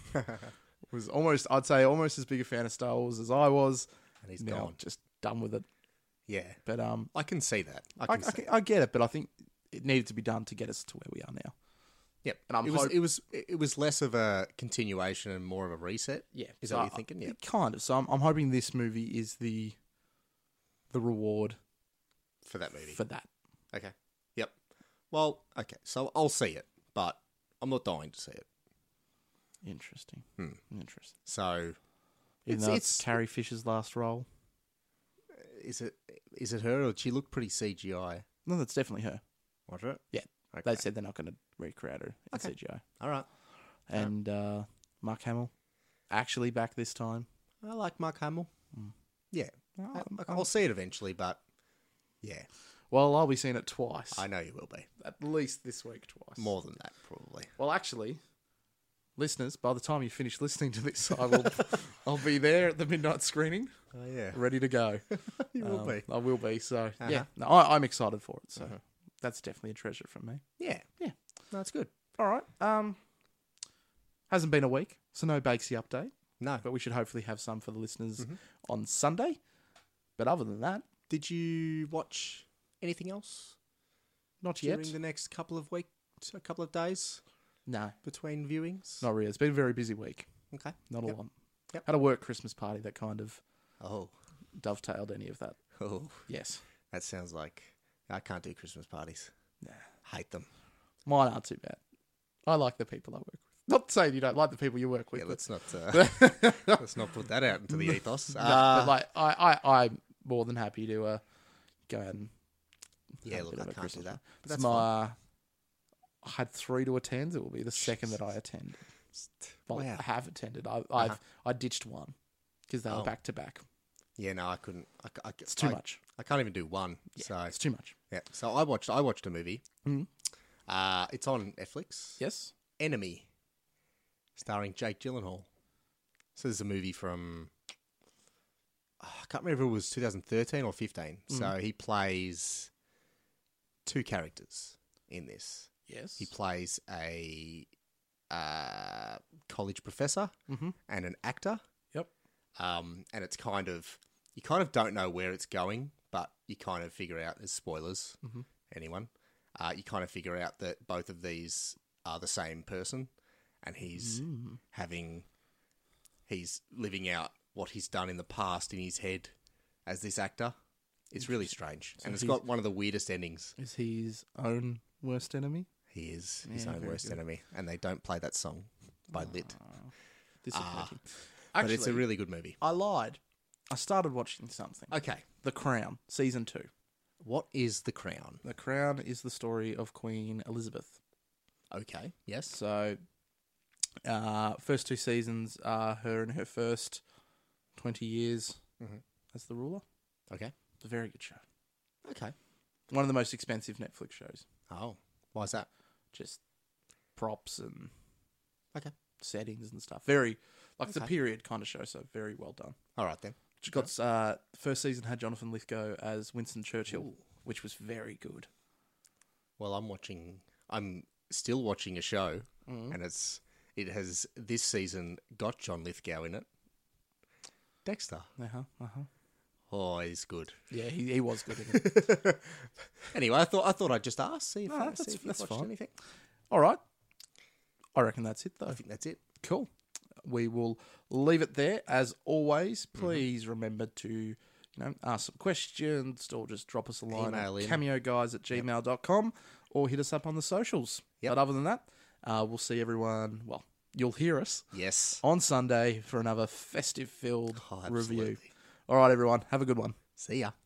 [SPEAKER 1] was almost, I'd say, almost as big a fan of Star Wars as I was.
[SPEAKER 2] And he's
[SPEAKER 1] now
[SPEAKER 2] gone.
[SPEAKER 1] just done with it.
[SPEAKER 2] Yeah.
[SPEAKER 1] But um,
[SPEAKER 2] I can see that. I
[SPEAKER 1] I,
[SPEAKER 2] can
[SPEAKER 1] I,
[SPEAKER 2] see.
[SPEAKER 1] can- I get it, but I think it needed to be done to get us to where we are now.
[SPEAKER 2] Yep.
[SPEAKER 1] And I'm
[SPEAKER 2] it was
[SPEAKER 1] hope-
[SPEAKER 2] it was it was less of a continuation and more of a reset.
[SPEAKER 1] Yeah.
[SPEAKER 2] Is that what you're thinking? Yeah.
[SPEAKER 1] Kind of. So I'm, I'm hoping this movie is the the reward
[SPEAKER 2] For that movie.
[SPEAKER 1] for that.
[SPEAKER 2] okay. Yep. Well, okay. So I'll see it, but I'm not dying to see it.
[SPEAKER 1] Interesting.
[SPEAKER 2] Hmm.
[SPEAKER 1] Interesting.
[SPEAKER 2] So
[SPEAKER 1] Even
[SPEAKER 2] It's-
[SPEAKER 1] though it's,
[SPEAKER 2] it's-
[SPEAKER 1] Carrie Fisher's last role.
[SPEAKER 2] is it is it her or she looked pretty CGI?
[SPEAKER 1] No, that's definitely her.
[SPEAKER 2] Was it?
[SPEAKER 1] Yeah.
[SPEAKER 2] Okay.
[SPEAKER 1] They said they're not going to recreate her in
[SPEAKER 2] Okay.
[SPEAKER 1] CGI.
[SPEAKER 2] All right.
[SPEAKER 1] and uh, Mark Hamill actually back this time.
[SPEAKER 2] I like Mark Hamill. Yeah. I,
[SPEAKER 1] I'm-
[SPEAKER 2] I'll see it eventually, but yeah,
[SPEAKER 1] Well, I'll be seeing it twice,
[SPEAKER 2] I know you will be
[SPEAKER 1] at least this week twice.
[SPEAKER 2] more than that probably.
[SPEAKER 1] Well, actually, listeners, by the time you finish listening to this, I will, I'll be there at the midnight screening,
[SPEAKER 2] Oh yeah, Um,
[SPEAKER 1] ready to go. Um,
[SPEAKER 2] you will be.
[SPEAKER 1] I will be. So yeah,
[SPEAKER 2] Uh-huh.
[SPEAKER 1] no, I, I'm excited for it. So that's definitely a treasure from me.
[SPEAKER 2] Yeah,
[SPEAKER 1] Yeah.
[SPEAKER 2] that's good.
[SPEAKER 1] All right. Um, hasn't been a week, so no Bakesy update,
[SPEAKER 2] No,
[SPEAKER 1] but we should hopefully have some for the listeners
[SPEAKER 2] Mm-hmm.
[SPEAKER 1] on Sunday. But other than that,
[SPEAKER 2] did you watch anything else
[SPEAKER 1] not
[SPEAKER 2] during
[SPEAKER 1] yet.
[SPEAKER 2] the next couple of weeks, a couple of days
[SPEAKER 1] no,
[SPEAKER 2] between viewings?
[SPEAKER 1] Not really. It's been a very busy week.
[SPEAKER 2] Okay.
[SPEAKER 1] Not
[SPEAKER 2] Yep.
[SPEAKER 1] a lot.
[SPEAKER 2] Yep.
[SPEAKER 1] Had a work Christmas party that kind of
[SPEAKER 2] Oh,
[SPEAKER 1] dovetailed any of that.
[SPEAKER 2] oh,
[SPEAKER 1] Yes.
[SPEAKER 2] that sounds like I can't do Christmas parties.
[SPEAKER 1] Nah.
[SPEAKER 2] Hate them.
[SPEAKER 1] Mine aren't too bad. I like the people I work with. Not saying you don't like the people you work with,
[SPEAKER 2] Yeah,
[SPEAKER 1] but,
[SPEAKER 2] let's not uh, let's not put that out into the ethos.
[SPEAKER 1] No,
[SPEAKER 2] Uh,
[SPEAKER 1] but like I, I, I'm more than happy to uh, go and
[SPEAKER 2] yeah,
[SPEAKER 1] have a
[SPEAKER 2] look,
[SPEAKER 1] bit
[SPEAKER 2] I
[SPEAKER 1] of a
[SPEAKER 2] can't
[SPEAKER 1] Christmas
[SPEAKER 2] do that.
[SPEAKER 1] party.
[SPEAKER 2] But
[SPEAKER 1] it's
[SPEAKER 2] that's
[SPEAKER 1] my
[SPEAKER 2] fine.
[SPEAKER 1] I had three to attend. It will be the second that I attend. Well,
[SPEAKER 2] Wow. Uh-huh.
[SPEAKER 1] I have attended. I, I've I ditched one because they
[SPEAKER 2] Oh.
[SPEAKER 1] were back to back.
[SPEAKER 2] Yeah, no, I couldn't. I, c- I c-
[SPEAKER 1] It's too
[SPEAKER 2] I-
[SPEAKER 1] much.
[SPEAKER 2] I can't even do one.
[SPEAKER 1] Yeah,
[SPEAKER 2] So
[SPEAKER 1] it's too much.
[SPEAKER 2] yeah, so I watched. I watched a movie.
[SPEAKER 1] Mhm.
[SPEAKER 2] Uh, it's on Netflix.
[SPEAKER 1] Yes.
[SPEAKER 2] Enemy, starring Jake Gyllenhaal. So there's a movie from oh, I can't remember if it was 2013 or 15. So he plays two characters in this.
[SPEAKER 1] Yes.
[SPEAKER 2] He plays a uh, college professor
[SPEAKER 1] Mhm.
[SPEAKER 2] and an actor.
[SPEAKER 1] Yep.
[SPEAKER 2] Um, and it's kind of you kind of don't know where it's going, but you kind of figure out. There's spoilers.
[SPEAKER 1] Mhm.
[SPEAKER 2] Anyone? Uh, you kind of figure out that both of these are the same person, and he's
[SPEAKER 1] Mm.
[SPEAKER 2] having he's living out what he's done in the past in his head as this actor. It's really strange, and it's
[SPEAKER 1] he's-
[SPEAKER 2] got one of the weirdest endings.
[SPEAKER 1] Is he his own worst enemy?
[SPEAKER 2] He is his
[SPEAKER 1] Yeah,
[SPEAKER 2] own
[SPEAKER 1] very
[SPEAKER 2] worst
[SPEAKER 1] good.
[SPEAKER 2] enemy, and they don't play that song by Lit,
[SPEAKER 1] Disappointing.
[SPEAKER 2] Ah. but
[SPEAKER 1] Actually,
[SPEAKER 2] it's a really good movie.
[SPEAKER 1] I lied. I started watching something.
[SPEAKER 2] Okay,
[SPEAKER 1] The Crown, season two.
[SPEAKER 2] what is The Crown?
[SPEAKER 1] The Crown is the story of Queen Elizabeth.
[SPEAKER 2] Okay, yes,
[SPEAKER 1] So, uh, first two seasons are her in her first twenty years
[SPEAKER 2] Mhm.
[SPEAKER 1] as the ruler.
[SPEAKER 2] okay,
[SPEAKER 1] It's a very good show.
[SPEAKER 2] okay.
[SPEAKER 1] One of the most expensive Netflix shows.
[SPEAKER 2] Oh, why is that?
[SPEAKER 1] Just props and
[SPEAKER 2] Okay.
[SPEAKER 1] settings and stuff. Very like it's a
[SPEAKER 2] Okay.
[SPEAKER 1] period kind of show, so very well done.
[SPEAKER 2] All right then.
[SPEAKER 1] Which got uh, first season had Jonathan Lithgow as Winston Churchill,
[SPEAKER 2] Ooh.
[SPEAKER 1] which was very good.
[SPEAKER 2] Well, I'm watching. I'm still watching a show,
[SPEAKER 1] Mm.
[SPEAKER 2] and it's it has this season got John Lithgow in it. Dexter.
[SPEAKER 1] Uh huh. Uh huh.
[SPEAKER 2] Oh, he's good.
[SPEAKER 1] Yeah, he, he was good. In it.
[SPEAKER 2] Anyway, I thought I thought I'd just ask see if,
[SPEAKER 1] No,
[SPEAKER 2] uh,
[SPEAKER 1] that's-
[SPEAKER 2] see if you
[SPEAKER 1] that's
[SPEAKER 2] watched
[SPEAKER 1] fine.
[SPEAKER 2] anything.
[SPEAKER 1] All right. I reckon that's it
[SPEAKER 2] I
[SPEAKER 1] though.
[SPEAKER 2] think that's it.
[SPEAKER 1] Cool. We will leave it there. As always,
[SPEAKER 2] Mm-hmm.
[SPEAKER 1] please remember to, you know, ask some questions or just drop us a line
[SPEAKER 2] Email in.
[SPEAKER 1] cameo guys at gmail.com or hit us up on the socials.
[SPEAKER 2] Yep.
[SPEAKER 1] But other than that, uh, we'll see everyone. Well, you'll hear us
[SPEAKER 2] Yes.
[SPEAKER 1] on Sunday for another festive filled
[SPEAKER 2] Oh,
[SPEAKER 1] review.
[SPEAKER 2] absolutely.
[SPEAKER 1] All right, everyone. Have a good one.
[SPEAKER 2] See ya.